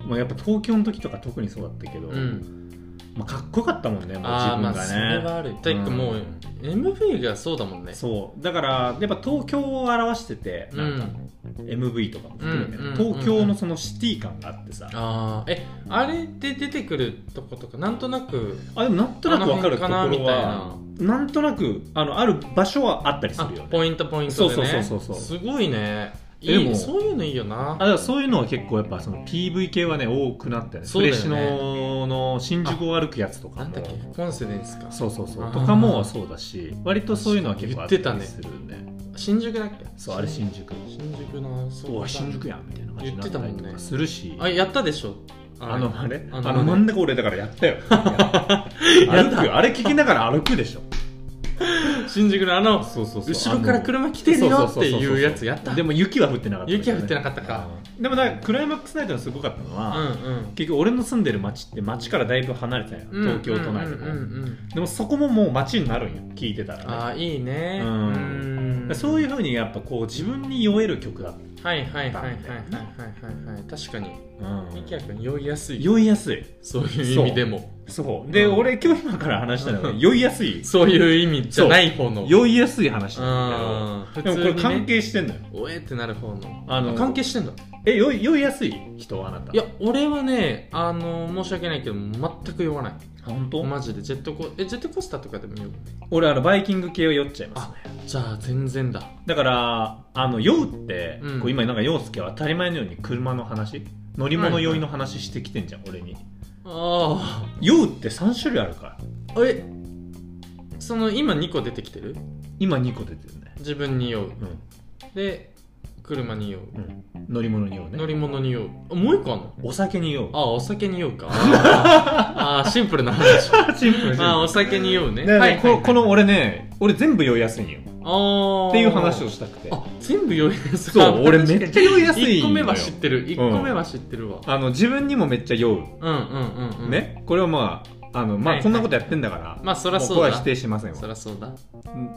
もうやっぱ東京の時とか特にそうだったけど、
うん
まあ、かっこよかったもんねもう
あ
自
あま
分
あ
が
そ
ね、
れはあるていうかもう MV がそうだもんね
そうだからやっぱ東京を表しててなんか MV とかも含めて、
うんうん
東京のそのシティ感があってさ、
ああえあれで出てくるとことかなんとなく
あでもなんとなく分かるところ
あの辺かな
はなんとなくあのある場所はあったりす
あ
るよね
ポイントポイントでね
そうそうそうそう
すごいねい
で
い
も
そういうのいいよな
あだからそういうのは結構やっぱその PV 系はね多くなったよね
そ
フ
うだ
レ
よ
ッ
ね
シュノの新宿を歩くやつとかも
なんだっけコンセデンスか
そうそうそ
あ
う
ー
とかもそうだし割とそういうのは結構あった
言っ
り
て
するね
新宿だっけ
そうあれ新宿
新宿のそう
おい新宿やんみたいな感じになったりとかするし、
あやったでしょ
あのあれ
あ
あ
の
の真ん中俺だ からやったよ
や
歩
った
くよあれ聞きながら歩くでしょ
新宿のあの
そうそうそう
後ろから車来てるよっていうやつやった
でも雪は降ってなかった、
雪は降ってなかったか
うんでもだからクライマックスナイトのすごかったの
うん
は、
うん
結局俺の住んでる町って町からだいぶ離れてたよ東京都内
うん
と
う
か、
んうんうん
でもそこももう町になるんよ聞いてたら、ね
ああいいね
うん
うん
そういうふうにやっぱこう自分に酔える曲だっ
はいはいはいはいはいはいはいはい確かに
た、うん
池谷君酔いやすい
酔いやすい
そういう意味でも
そうで、
うん
俺今日今から話したのは
うん
酔いやすい
そういう意味じゃない方の
酔いやすい話なん
あ
だけ
普
どで
通
もこれ
に
関
ね
係してんのよ
おえってなる方の
あの
関係してんだ
え酔い酔いやすい人はあなた
いや俺はねあの申し訳ないけど全く酔わない
あ本当
マジでジェットコえジェットコースターとかでも酔う
俺あのバイキング系は酔っちゃいますね
じゃあ全然だ
だからあの酔うって、
うん
こう今なんか陽介は当たり前のように車の話乗り物酔いの話してきてんじゃん、俺に
あ
酔うって3種類あるから
あえその今2個出てきてる
今2個出てるね
自分に酔う
うん
で車に酔う
うん乗り物に酔うね
乗り物に酔うあもう1個あんの
お酒に酔う
あお酒に酔う かあーあーシンプルな話あ
シンプルシンプル
ーお酒に酔うね
だからねここの俺ね俺全部酔いやすいんよ
あー
っていう話をしたくて
あ全部酔いやすい
そう俺めっちゃ酔いやすい
1個
の
目
よ
は知ってる1個目は知ってるわ、
あの自分にもめっちゃ酔う、
うん、うんうんうん
ねこれはまああの、ま
はい
あ、こんなことやってんだから、
まあそら
もう
そ
こ
う
れ
だ
は否定しません
そ
わ
らそうだ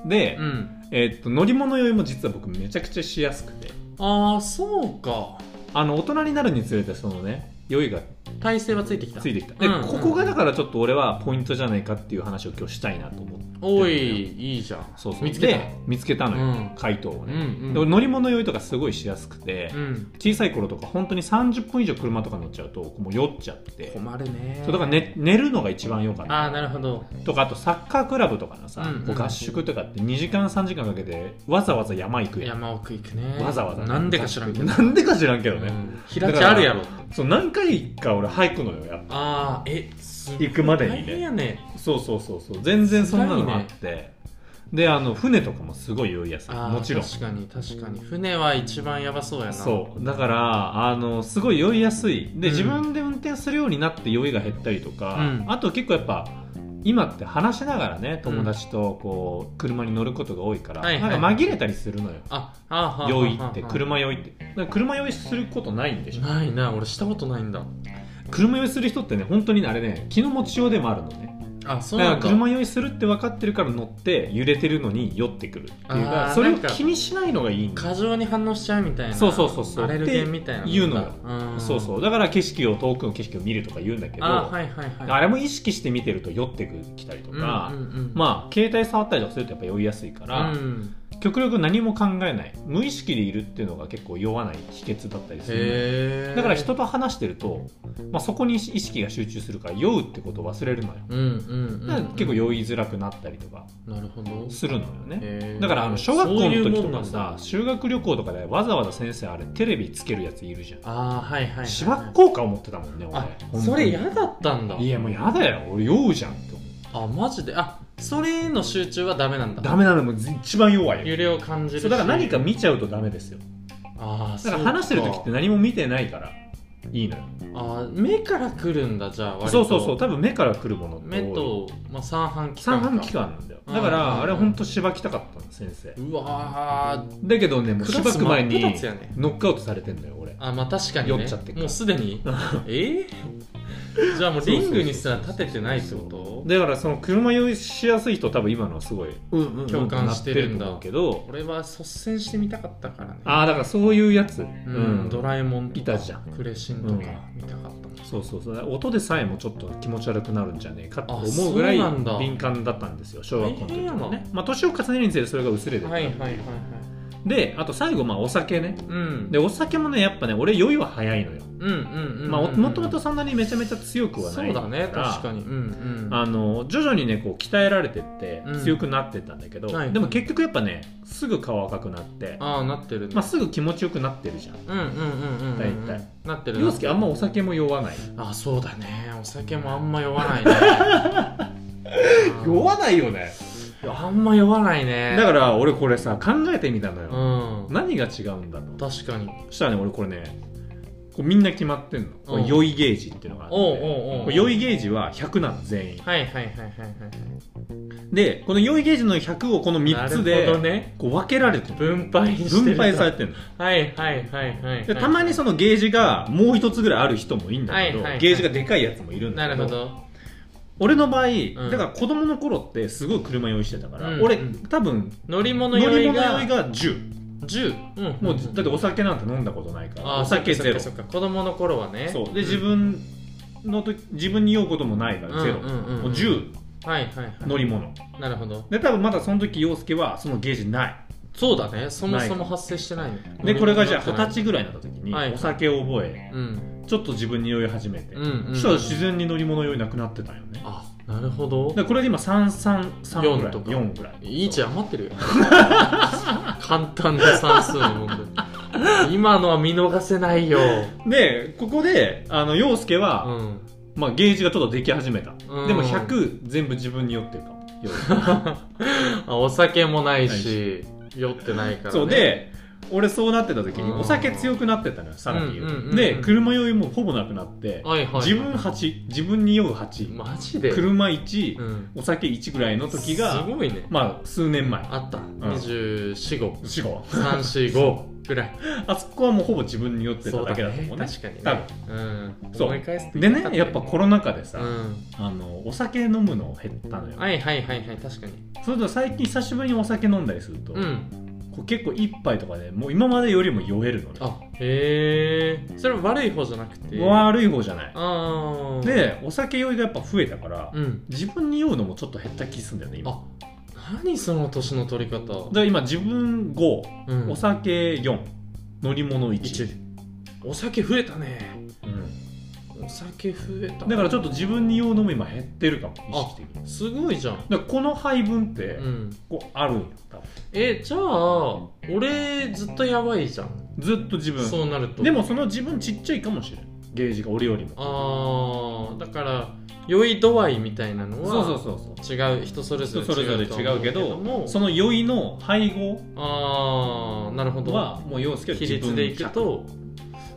で、
うん
えーっと乗り物酔いも実は僕めちゃくちゃしやすくて
ああそうか
あの大人になるにつれてそのね酔いが
体勢はついてきた
ついてきたで、
うんうん
ここがだからちょっと俺はポイントじゃないかっていう話を今日したいなと思って
おいいいじゃん
そうそう
見つけた
で見つけたのよ、
うん
回答を
うん
ね、
うん
で俺乗り物酔いとかすごいしやすくて、
うん
小さい頃とか本当に30分以上車とか乗っちゃうともう酔っちゃって
困るね
そうだから、ね、寝るのが一番良かった
ああなるほど
とかあとサッカークラブとかのさ、
うんうん
こう合宿とかって2時間3時間かけてわざわざ山行くやん
山奥行くね
わざわざね
なんでか知らんけど
なんでか知らんけどね、
うん平地あるやろ
そう何回か俺俳句のよやっぱ
ああえす
行くまでに
大
ね
変やね
そうそうそうそう全然そんなのがあって、であの船とかもすごい酔いやすい
あー
もちろん
確かに確かに船は一番やばそうやな
そうだからあのすごい酔いやすいで、
うん
自分で運転するようになって酔いが減ったりとか、
うん
あと結構やっぱ今って話しながらね友達とこう車に乗ることが多いから、
はいはい
なんか紛れたりするのよ
ああはあ
酔いって
はあ
車酔いってだから車酔いすることないんでしょ
ないない俺したことないんだ
車酔いする人ってね本当にねあれね気の持ちようでもあるのね
あそ
だ
うな
から
んだ
車酔いするって分かってるから乗って揺れてるのに酔ってくるっていう
あ
か
ー
それを
なんか
気にしないのがいいんだ
過剰に反応しちゃうみたいな
そうそうそうそう
アレルゲンみたいな
って言うのよ
よ
そうそうだから景色を遠くの景色を見るとか言うんだけど
あ
あ,、
はいはいはい
れも意識して見てると酔ってきたりと
と
か、
うんうんうん、
まあ携帯触ったりとかするとやっぱ酔いやすいから、
うん、
極力何も考えない無意識でいるっていうのが結構酔わない秘訣だったりするのよ
へえ
だから人と話してると、まあ、そこに意識が集中するから酔うってことを忘れるのよ
うんうんうん、
だから結構酔いづらくなったりとか
なるほど
するのよね
へー
だからあの小学校の時とか
そういうもんな
さ
んだ
修学旅行とかでわざわざ先生あれテレビつけるやついるじゃん
あーはいはいはい
芝っ効果を持ってたもんね俺
あ
本当に
それ嫌だったんだ
いやもうやだよ俺酔うじゃんって思
あマジであそれの集中はダメなん
う
だ
ダメなのもう一番弱いよ
揺れを感じるし
そうだから何か見ちゃうとダメですよ
あー
だから話してる時って
そう
何も見てないからいいのよ
かあー目からくるんだじゃあ割と
そうそうそう多分目から来るものって多い
目と、まあ、三半規
三
管か
半規管なんだよ
うん
だからあれほんとしばきたかったの先生
うわー
だけどねもうしばく前に
クラス真っ二つやね
ノックアウトされてんのよ俺
あまあ確かにね
酔っちゃってっから
もうすで にえーじゃあもうリングにすら立ててないってこと
だからその車酔いしやすい人多分今のはすごい
共感してるんだ
なってると思うけど
俺は率先してみたかったからね
ああだからそういうやつう
うん、ドラえもんと
い
か
たじゃん
クレシンとか見たかったもん、
そうそうそう音でさえもちょっと気持ち悪くなるんじゃねえかと
あ
思うぐらい
そうなんだ
敏感だったんですよ小学校の時
大
は
変やな
ね、まあ、年を重ねるにつれてそれが薄れてるから
はいはいはいはい
であと最後まあお酒ね
うん
でお酒もねやっぱね俺酔いは早いのよ、
うんうんうんうん
まあ、おもともとそんなにめちゃめちゃ強くはな
そう
い
だね確か
に
にうんうん
あの徐々にねこう鍛えられてって
うん
強くなってったんだけど、
はい
でも結局やっぱねすぐ顔赤くなって
ああなってるね、
まあ、すぐ気持ちよくなってるじゃん
うんうんうんうんうん
大体
なってる
陽介あんまお酒も酔わない
あそうだねお酒もあんま酔わ ないね
酔わないよね
あんま酔わないね
だから俺これさ考えてみたのよ、
うん
何が違うんだと
確かに
そしたらね俺これねこうみんな決まってんのこれ酔いゲージっていうのがあって
おうおうおう
これ酔いゲージは100なの全員
はいはいはいはいはい
でこの酔いゲージの100をこの3つ
なるほ
で
どね
こう分けられてる
分配してる
分配されてるの
はいはいはいはいはい
でたまにそのゲージがもう一つぐらいある人もいいんだけど、
はいはいはい
ゲージがでかいやつもいるんだ
な
け
る
ど
ほど
俺の場合、
ん
だから子供の頃ってすごい車用意してたから、
うん
俺
うん
多分
乗り
乗
物
り物
酔
酔
い
い
が
が10
10、うん
もうだってお酒なんて飲んだことないから
あ
お
お酒
酒ゼ
ゼ
ロ
ロそっかそっか子供の頃はね
そうで自分の時自分に酔うこともないからゼ
う
ロ、
んうんうんうん
もう10
はいはいはい
乗り物
なるほど
で多分まだその時陽介はそのゲージない
そうだねそもそも発生してないね
でこれがじゃあ
乗
二
り物
十歳ぐらいになった時に
はい
お酒を覚え
うん
ちょっと自分に酔い始めて、
うんうん
そしたら自然に乗り物酔いなくなってたんよね
あなるほど
でこれで今333ぐ
4
らい
とか
4ぐらい
いい位置余ってるよ 簡単な算数の問題今のは見逃せないよ
でここであの陽介は、
うん
まあ、ゲージがちょっとでき始めた、
うん
でも100全部自分に酔ってるかも酔う
あお酒もないし酔ってないから、ね、
そうで俺そうなってた時に
うん
お酒強くなってたのよさらに言う
うんうんうんうん
で車酔いもほぼなくなって、
はいはい
自分8自分に酔う8、
マジで、
車1、
うん、
お酒1ぐらいの時が
すごいね
まあ数年前
あった245
死後
3 4 5ぐらい
あそこはもうほぼ自分に酔って
そ
た
うだ
だけだと
ね
思うね
確かにね
多分
うん
そう
思い返すと
でねやっぱコロナ禍で
う
さ、
ん
あのお酒飲むの減ったのよ、
はいはいはいはい確かに
それと最近久しぶりにお酒飲んだりすると、
うん
こう結構一杯とかでもう今までよりも酔えるのね
あへえそれは悪い方じゃなくて
悪い方じゃない
ああ
でお酒酔いがやっぱ増えたから、
うん
自分に酔うのもちょっと減った気するんだよね今だか
あ何その年の取り方
ら今自分5、
うん
お酒4乗り物 1,
一お酒増えたね
うん
お酒増えた
だからちょっと自分に酔うのも今減ってるかも意識的に
すごいじゃん
だからこの配分って
うん
こうあるんよ多分
えじゃあ俺ずっとやばいじゃん、
ずっと自分
そうなると
でもその自分ちっちゃいかもしれんゲージが俺よりも
あーだから酔い度合いみたいなのは
そうそうそうそう
違う人それぞれ
人それぞれ
とは
違
思
うけど
も
その酔いの配合
ああなるほど
はもう陽介は
比
自
率
分
でいくと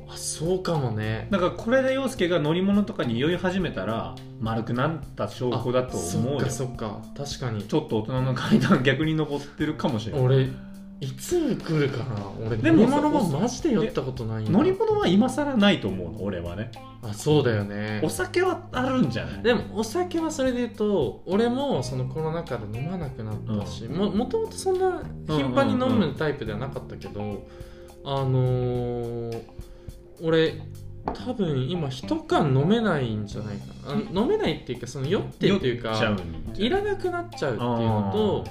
あそうかもね
だからこれで陽介が乗り物とかに酔い始めたら丸くなった証拠だと思うよ
あそっかそっか確かに
ちょっと大人の階段逆に登ってるかもしれない
俺いつ来るかな俺
で
で
も
も乗り物もマジで酔ったことないんだ
乗り物は今更ないと思うの俺はね
あそうだよね
お酒はあるんじゃない
でもお酒はそれで言うと俺もそのコロナ禍で飲まなくなったし、ももともとそんな頻繁に飲
うんうんう
むタイプではなかったけど、あのー俺多分今一缶飲めないんじゃないかなあの飲めないっていうかその酔ってっていう
酔っちゃう
か
んじゃ
い
ない
らなくなっちゃうっていうのと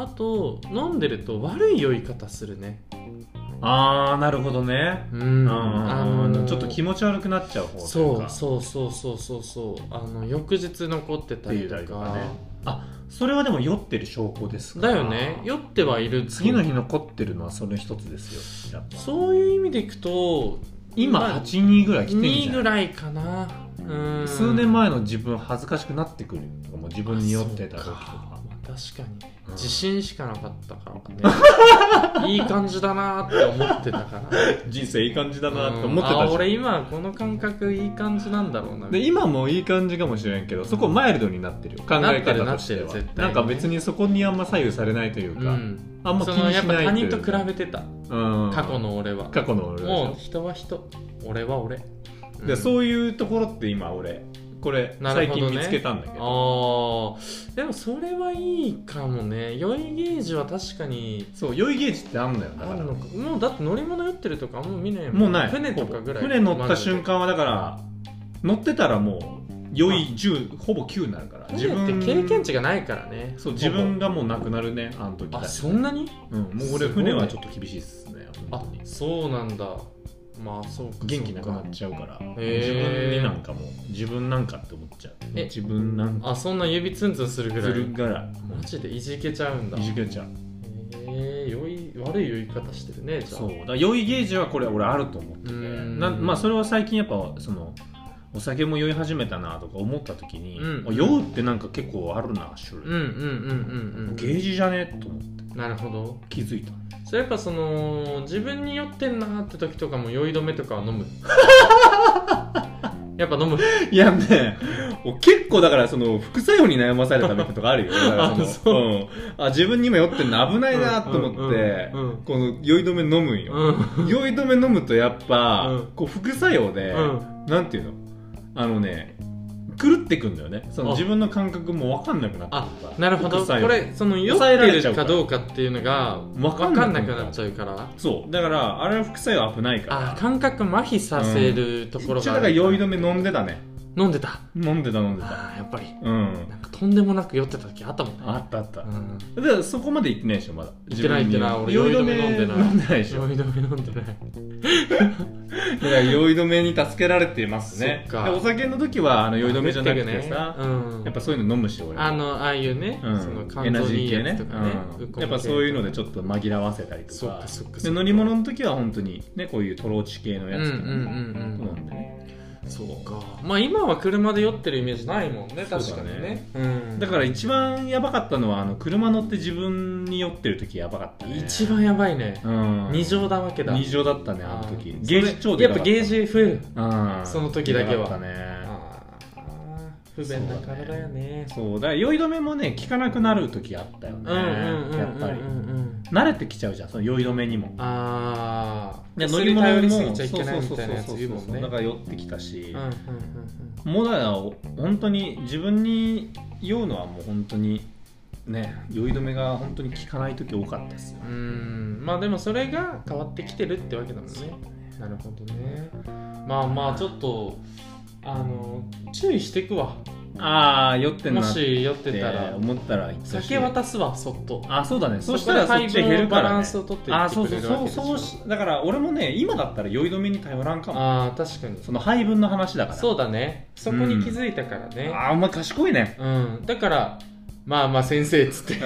あと飲んでると悪い酔い方するね
あーあーなるほどね
うん、
うん、
あ
あ
のー
のちょっと気持ち悪くなっちゃう方とい
そう
か
うそうそうそうそうそうあの翌日残ってたりとか
っていうのがねあそれはでも酔ってる証拠ですか
だ
ら
よね酔ってはいる
次の日残ってるのはそれ一つですよやっぱ
そういう意味でいくと
今
まあ
82ぐらい来てるじ
2
ゃ
ぐ
ん
らいかなうん
数年前の自分恥ずかしくなってくるとかもう自分に酔ってた
あ
時と
そう
か
まあ確かに
うん
自信しかなかったから ねいい感じだなって思ってたから
人生いい感じだなって
う
思
ん
ってた
あ
じゃん
俺今この感覚いい感じなんだろうな
で今もいい感じかもしれんけどそこマイルドになってるよ考え方として
なっ
は
てるなってる絶対
なんか別にそこにあんま左右されないという
う
か、
ん
あんま気
その
に
やっ
し
ぱ
ない
他
とい
人
う
と比べてた
うん
過去の俺は
過去の俺でし
もう
ょ
人は人俺は俺
で
うん
そういうところって今俺これ
なる
最
ほどね
近見つけたんだけど
あーでもそれはいいかもね酔いゲージは確かに
そう酔いゲージってあんだよだ
あ
か
る
ら
のかもうだって乗り物酔ってるとかもう見ないん
もうない
船とかぐらい
船乗った瞬間はだから乗ってたらもう酔い10ほぼ9になるから
自分って経験値がないからね
そう自分がもうなくなるねあの時
あ
だし
そんなに
うんもう俺
すごいね
船はちょっと厳しいっすね
あ
本当に
そうなんだまあそうか
元気なくな
そう
っ
か
ちゃうから自分
へー
になんかもう自分なんかって思っちゃう
え
自分なんか
あそんな指ツンツンするぐ
す
ら
る
い
から
マジでいじけちゃうんだ
いじけちゃう
えー、酔い悪い酔い方してるねじゃあ
そうだから酔いゲージはこれ俺あると思ってて
うーん
なんまあそれは最近やっぱそのお酒も酔い始めたなとか思った時に、
うん
あ酔うってなんか結構あるな種
うんう
類、
んうんうん
ゲージじゃねと思って
うんなるほど
気づいた
それやっぱその自分に酔ってんなーって時とかも酔い止めとかは飲 むやっぱ飲む
いやねお結構だからその副作用に悩まされたみたいなとかあるよだから の
あそう
うんあ自分に今酔ってんの危な
ない
なと思って、この酔い止め飲むんよ、
うん
酔い止め飲むとやっぱ、
うん
こう副作用で、
うん
なんていうのあのね狂ってくんだよねその
あ
自分の感覚も分かんなくなってくるか
な
ら
るほど
副
こ
作用
れその酔っ
抑えられ
て
ちゃう
る
か
からどうかっていうのが
わ
分
か
か
ん
んな
なくなる
くなっちゃうから
そうだからあれは副作用危ないから
あ感覚麻痺させるところ
一応
が
だか
あ
ら
る
酔い止め飲んでたね
飲んでた
飲んでた飲んでた
あーやっぱり
うん
なんかとんでもなく酔ってた時あったもんね
あったあった
う、ん
だからそこまで行ってないでしょまだ
行ってない
自分に
行ってない俺酔
酔い
い
止
止
め
め飲
飲ん
んで
でな
ないい
でし
酔
ょ
い止め飲んでない
だから酔い止めに助けられてますね
そっか
でお酒の時はあの酔い止めじゃなくてさ、
うん
やっぱそういうの飲むし俺も
あのああいうね、
うん
その
エ
肝
ナ
臓
ジ
にい
ー
い
系
や
ね
つとかね
うん
ウコン系
やっぱそういうのでちょっと紛らわせたりと
そっ
か
かそっかそ
で
っか
乗り物の時は本当にねこういうトローチ系のやつとかね
うんうんうんうん
飲んでね
そうかまあ今は車で酔ってるイメージないもんね
そう
確
だ
か
ね
にねうん
だから一番やばかったのはあの車乗って自分に酔ってる時やばかったね
一番やばいね、
うん
二乗だわけだ
二乗だったねあの時
あー
ゲージ超で
や
か
っぱ
かった
ゲージ増える
うん
その時だけは
でかかったね
ああ不便な体やね
そうだから酔い止めもね効かなくなる時あったよ
う
ね
んうんうんうんうんうん
やっぱり慣れてきちゃうじゃんその酔い止めにも
ああ
で
頼りすぎちゃいけないみたいなやつ言うもんね
だから酔ってきた
う
し、
んうんうん
もだや本当に自分に酔うのはもう本当にね酔い止めが本当に効かない時多かったですよ
うんうんまあでもそれが変わってきてるってわけだもんねなるほどねまあまあちょっとあの注意していくわ
ああ酔ってんな
も
って
し酔ってたら
思ったら言ってほしい
酒渡すわそっと
あそうだねそ
そ
し
したた
ら
ら
そ
配
っちで
分
減
の
るか
バラ
ら、
ン
ね
スを取ってい
あ
っ
ー
て
そう
く
そ
れ
う
るわけ
そう
でしょ
そうしだから俺もね今だったら酔い止めに頼らんかも
ああ確かに
その配分の話だから
そうだねそこに気づいたからね、
あーお前賢いね
うん、だからまあまあ先生っつって、
う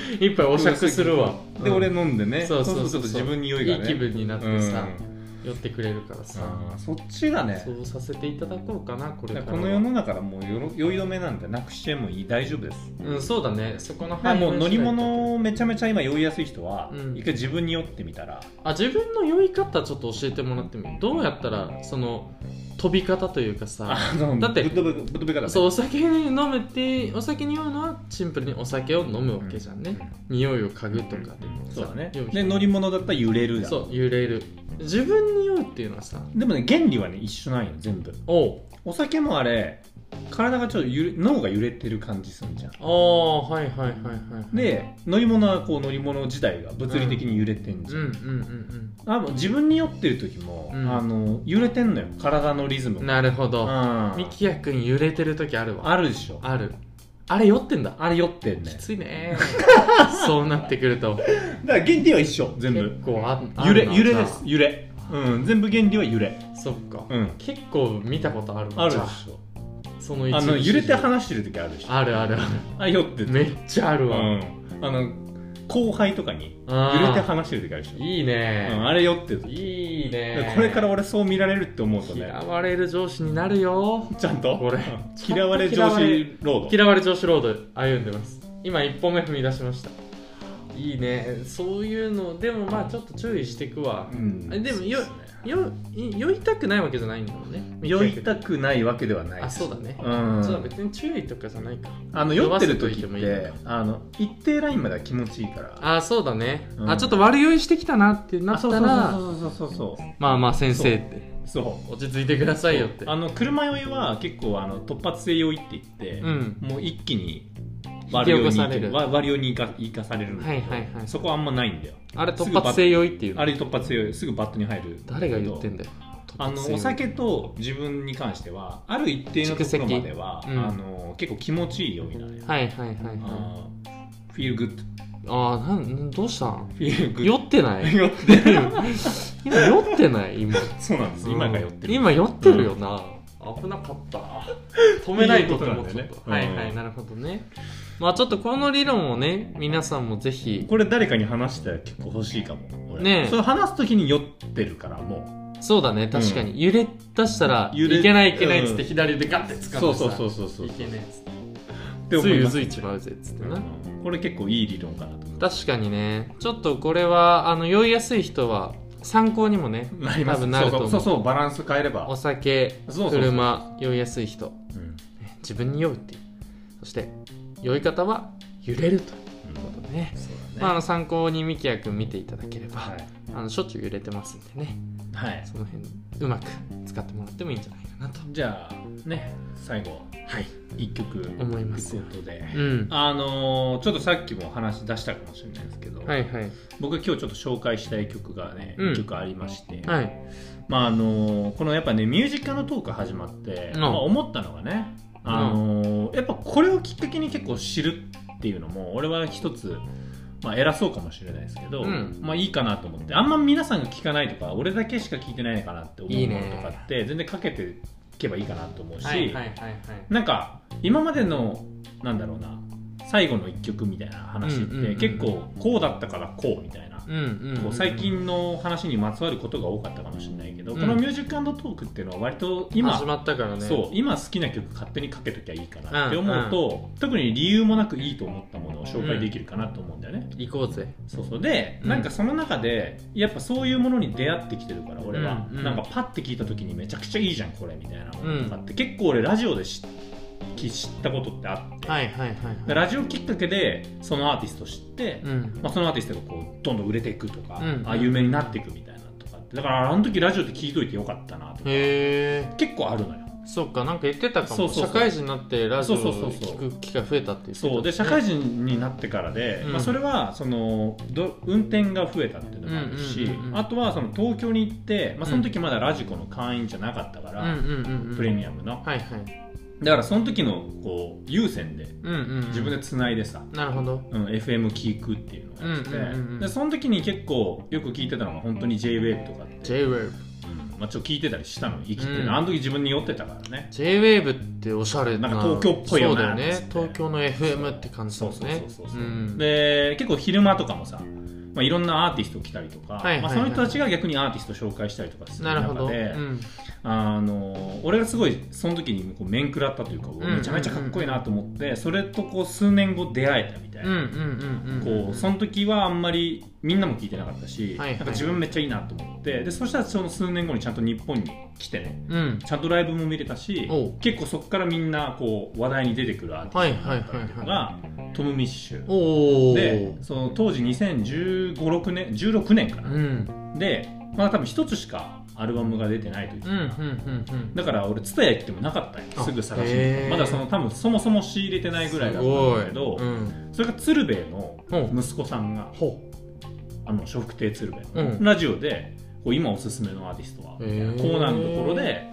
一杯お酌するわ
で
うん
俺飲んでね
そうそうそう
するとちょっと自分に酔い
い
が
い
ね
気分になってさ、
うん
寄ってくれるからさ、
あーそっちがね
そうさせていただこうかなこれ
だ
か
かららこの世の中はもうよろ酔い止めなんてなくしてもいい大丈夫です
うんそうだねそこの
だから
範囲
もう乗り物をめちゃめちゃ今酔いやすい人は、
うん
一回自分に酔ってみたら
あ自分の酔い方ちょっと教えてもらってもいいどうやったらその飛び方というかさ
あの
だって
ぶっ飛ぶぶっ飛び方ね
そうお酒飲むってお酒に酔うのはシンプルにお酒を飲むわけじゃんね、匂いを嗅ぐとかで
うんそうだね
酔う人
で乗り物だったら揺れるだ
そう揺れる自分に酔うっていうのはさ
でもね原理はね一緒なんよ全部
おう
お酒もあれ体がちょっと揺れ脳が揺れてる感じするじゃん
ああはいはいはいはい
で乗り物はこう乗り物自体が物理的に揺れて
う
ん
ん
じ
う
ゃ
ん
ん、
うん
あもう自分に酔ってる時も、
うん
あの揺れてんのよ体のリズ
う
ム
ん
が
なるほ
う
ど
ん
みきやくん揺れてる時あるわ
あるでしょ
あるあれ酔ってんだ
あれ酔ってんね
きつい ねそうなってくると
だから原理は一緒全
結
部
構ああ
揺れ
るな
揺れです揺れうん全部原理は揺れ
じゃあそっか
うん
結構見たことあるわ
あるで
じ
し
ゃ
ょ
その一
あ
部
の
始
揺
終
れて話してる時あるでしょ
あるあるあ
あ酔って
る
て
めっちゃある
う
わ、
んあの後輩とかに
あー
揺れて話してる時あるでしょ
いいうね、
んあれ酔ってる
いいね
これから俺そう見られるって思うとね
嫌われる上司になるよ
ちゃんと
これ
うん嫌われ上司ロード
嫌われ上司ロード歩んでます今一歩目踏み出しましたいいねそういうのでもまあちょっと注意していくわ
う、ん
あでもよ
そうっすね
よい酔いたくないわけじゃないんだもんね
酔いたくないわけではない
あそうだね、
うん
そうだ別に注意とかじゃないか
あの酔ってる時
酔わせといて
っ
もいいの
て
か
あの一定ラインまでは気持ちいいから
あそうだね、
うん
あちょっと悪酔いしてきたなってな
あ
っ
そ
た
う
ら
そうそうそうそうそう
まあまあ先生って
そう
落ち着いてくださいよって
あの車酔いは結構あの突発性酔いって言って、
うん
もう一気に
引き
割り
起
酔い
こ
に
される
わ割り酔いにいかいかされるんだけど
はいはいはい
そこはあんまないんだよ
あれ突発性酔いっていうの
あれ突発性酔いすぐバットに入る
誰が言ってん
だ
だよ
あのお酒と自分に関してはある一定のところまでは、
蓄積うん
あの結構気持ちいい酔いなのよ、
はいはいはいはい
あーフィールグッド
あーなんどうしたん
フィールグッ
酔
ド
ってない
酔ってる
今酔ってない今
そうなんです今が酔ってる
今酔ってるよな、危なか った止めないとと思っちゃ
い
っ
うこと
た、
なん
は
だよね
いはいなるほどねまあちょっとこの理論をね皆さんもぜひ
これ誰かに話したら結構欲しいかも俺
ねえ
それ話す時に酔ってるからも
そうだね確かに、揺れ出したら
揺れ
いけないいけないっつって
うん
左でガッて掴ん
う
でさ
そうそうそうそうそう
いけないっつって
って
つ
思い
いう
ます
ずいちまうぜっつってな、
うんこれ結構いい理論かなと
確かにねちょっとこれはあの酔いやすい人は参考にもね
なりま
多
す
分なると思う
そうそうそうそうバランス変えれば
お酒
そうそうそう
車酔いやすい人
うん
自分に酔うっていうそして酔い方は揺れるということでね
そうだね
まあ、あの参考にみきやくん見ていただければ、
はい
あのしょっちゅう揺れてますんでね
はい
その辺うまく使ってもらってもいいんじゃないかなと
じゃあね最後
はい
一曲
思います
ということで、
うん
あのーちょっとさっきも話出したかもしれないですけど、
はいはい
僕今日ちょっと紹介したい曲がね、
うん
一曲ありまして、
はい
まああのーこのやっぱねミュージックのトーク始まって、
うん
まあ、思ったのがね、あのーやっぱこれをきっかけに結構知るっていうのも俺は一つ、まあ、偉そうかもしれないですけど、
うん
まあいいかなと思ってあんま皆さんが聞かないとか俺だけしか聞いてないのかなって思うものとかって全然かけていけばいいかなと思うし、
はいはいはいはい
なんか今までのなんだろうな最後の一曲みたいな話っ
うんうんうんう
て
ん
結構こうだったからこうみたいな
うんうんうん
こう最近の話にまつわることが多かったかもしれないけど、
うん
この「ミュージックトーク」っていうのは割と今、
始まったからね
そう今好きな曲勝手にかけときゃいいかなって思うと、特に理由もなくいいと思ったものを紹介できるかなと思うんだよね、
行こうぜ
そうそうで、
うん
なんかその中でやっぱそういうものに出会ってきてるから俺は、
うんうん
なんかパッて聞いた時にめちゃくちゃいいじゃんこれみたいなものとかって、結構俺ラジオで知き知ったことってあって、
はいはいはい
で
はい
ラジオきっかけでそのアーティスト知って、
うん
まあ、そのアーティストがこうどんどん売れていくとか、
うん
あ有名になっていくみたいなとかってだからあの時ラジオって聞いといてよかったなとか
へえ
結構あるのよ
そっかなんか言ってたかも
そうそうそう
社会人になってラジオを
そうそうそうそう
聞く機会増えたって言ってた
そうで社会人になってからで、
うん
まあ、それはそのど運転が増えたっていうのもあるし、
うんうんうんうん
あとはその東京に行って、まあ、その時まだラジコの会員じゃなかったか
う
ら、
んうんうんうん
プレミアムの
はいはい
だからその時のこう有線で
うんうん
自分でつないでさ、
なるほど
うん、FM 聞くっていうのがあって、
うんうんうんうん
でその時に結構よく聞いてたのが本当に JWAVE とかって、
JWAVE
うんまあ、ちょっと聞いてたりしたの生きて
う
る、
ん
あの時自分に酔ってたからね
JWAVE っておしゃれな
なんか東京っぽいよな
そうだよ
つっ
ね
て
東京の FM って感じだもんね
そうそうそうそう、
ん
で結構昼間とかもさ、まあ、いろんなアーティスト来たりとか、
はいはいはい
まあ、その人たちが逆にアーティスト紹介したりとかする
なるほ
中
ど、う
で、
ん、
あの俺がすごいその時にこう面食らったというか、
んうんうん
めちゃめちゃかっこいいなと思ってそれとこう数年後出会えたみたい
うんうん
な、
うんうん
こうその時はあんまりみんなも聞いてなかったし、
はいはい
なんか自分めっちゃいいなと思っってでそしたらその数年後にちゃんと日本に来てね
うん
ちゃんとライブも見れたし
おう
結構そこからみんなこう話題に出てくるアーティストだったりとかがトム・ミッシュ
おお
でその当時2015 6年16年か
う
な、
ん
でまだ多分一つしかアルバムが出てないという
うんう
か、
んうんうん
だから俺蔦屋行ってもなかったんよすぐ探し
あへ
に
ー
まだその多分そもそも仕入れてないぐらいだったんだけど、
すごいうん
それが鶴瓶の
うん
息子さんが
ほ
あの笑福亭鶴瓶の、
うん
ラジオでこう今おすすめのアーティストは
へ
みたい
ー
なコーナーのところで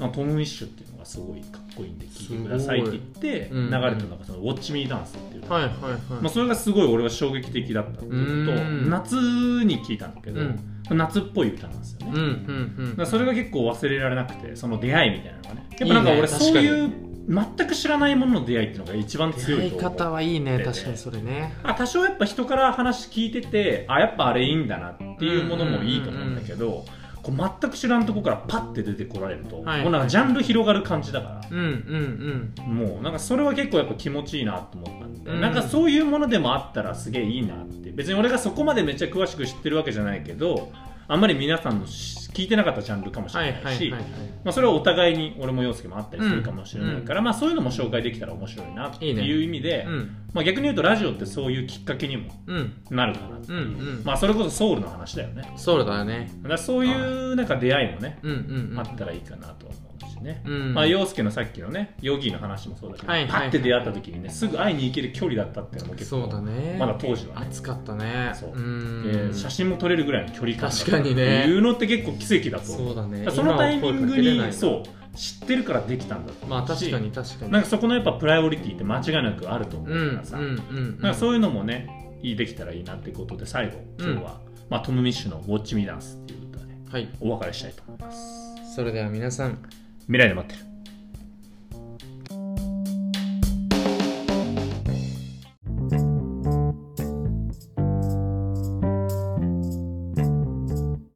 あトム・ミッシュっていうのがすごいかっこいいんで聴いてくださいって言って
す
流
ごいうん
れてるのがその「ウォッチ・ミー・ダンス」っていう、
うはいはいはい
まあ、それがすごい俺は衝撃的だったっていうの
う
と
ん
夏に聴いたんだけど、
うん
夏っぽい歌なんですよね、
うんう
だか
ん
らそれが結構忘れられなくてその出会いみたいなのがねやっぱなんか
いいね
俺そういう全く知らないものの出会いっていうのが一番
うん
強
出会
い
い
と思う
方はいいね確かにそれね
あ多少やっぱ人から話聞いててあやっぱあれいいんだなっていうものもいいと思うんだけど、こう全く知らんとこからパッて出てこられると、
はい
もうなんかジャンル広がる感じだから、
うんうん
もうなんかそれは結構やっぱ気持ちいいなと思ったんで、
うん
なんかそういうものでもあったらすげえいいなって別に俺がそこまでめっちゃ詳しく知ってるわけじゃないけどあんまり皆さんのし聞いてなかったジャンルか
う
も
ん
しれ
は
ないいし、
はいはいは
まあ、それはお互いに俺も陽介もあったりするかもしれないから、まあ、そういうのも紹介できたら面白いなっていう意味で
いうん
まあ、逆に言うとラジオってそういうきっかけにも
うん
なるかなっていう、
うんうん
まあそれこそソウルの話だよね
そうだよね
だからそういうなんか出会いもね、
うんうん
あったらいいかなとは思うしね、
うん
まあ陽介のさっきのねヨギーの話もそうだけど、
はいはい
パッて出会った時にねすぐ会いに行ける距離だったっていうのも結
そ
構
うだね
まだ当時はね、
暑かったね
そう
うん
えー写真も撮れるぐらいの距離感だった
確かにね
っていうのって結構奇跡だと思
そううだね
だからそのタイミングに
う
そう知ってるからできたんだと思うし
まあ確かに確かに
なんかそこのやっぱプライオリティって間違いなくあると思う
う
か
ん
らさ、
うんうん
なんかそういうのもね、いいできたらいいなってことで、最後、今日は、まあ、トム・ミッシュの「ウォッチ・ミー・ダンス」っていう歌で
はい
お別れしたいと思います。
それでは皆さん
未来で待ってる。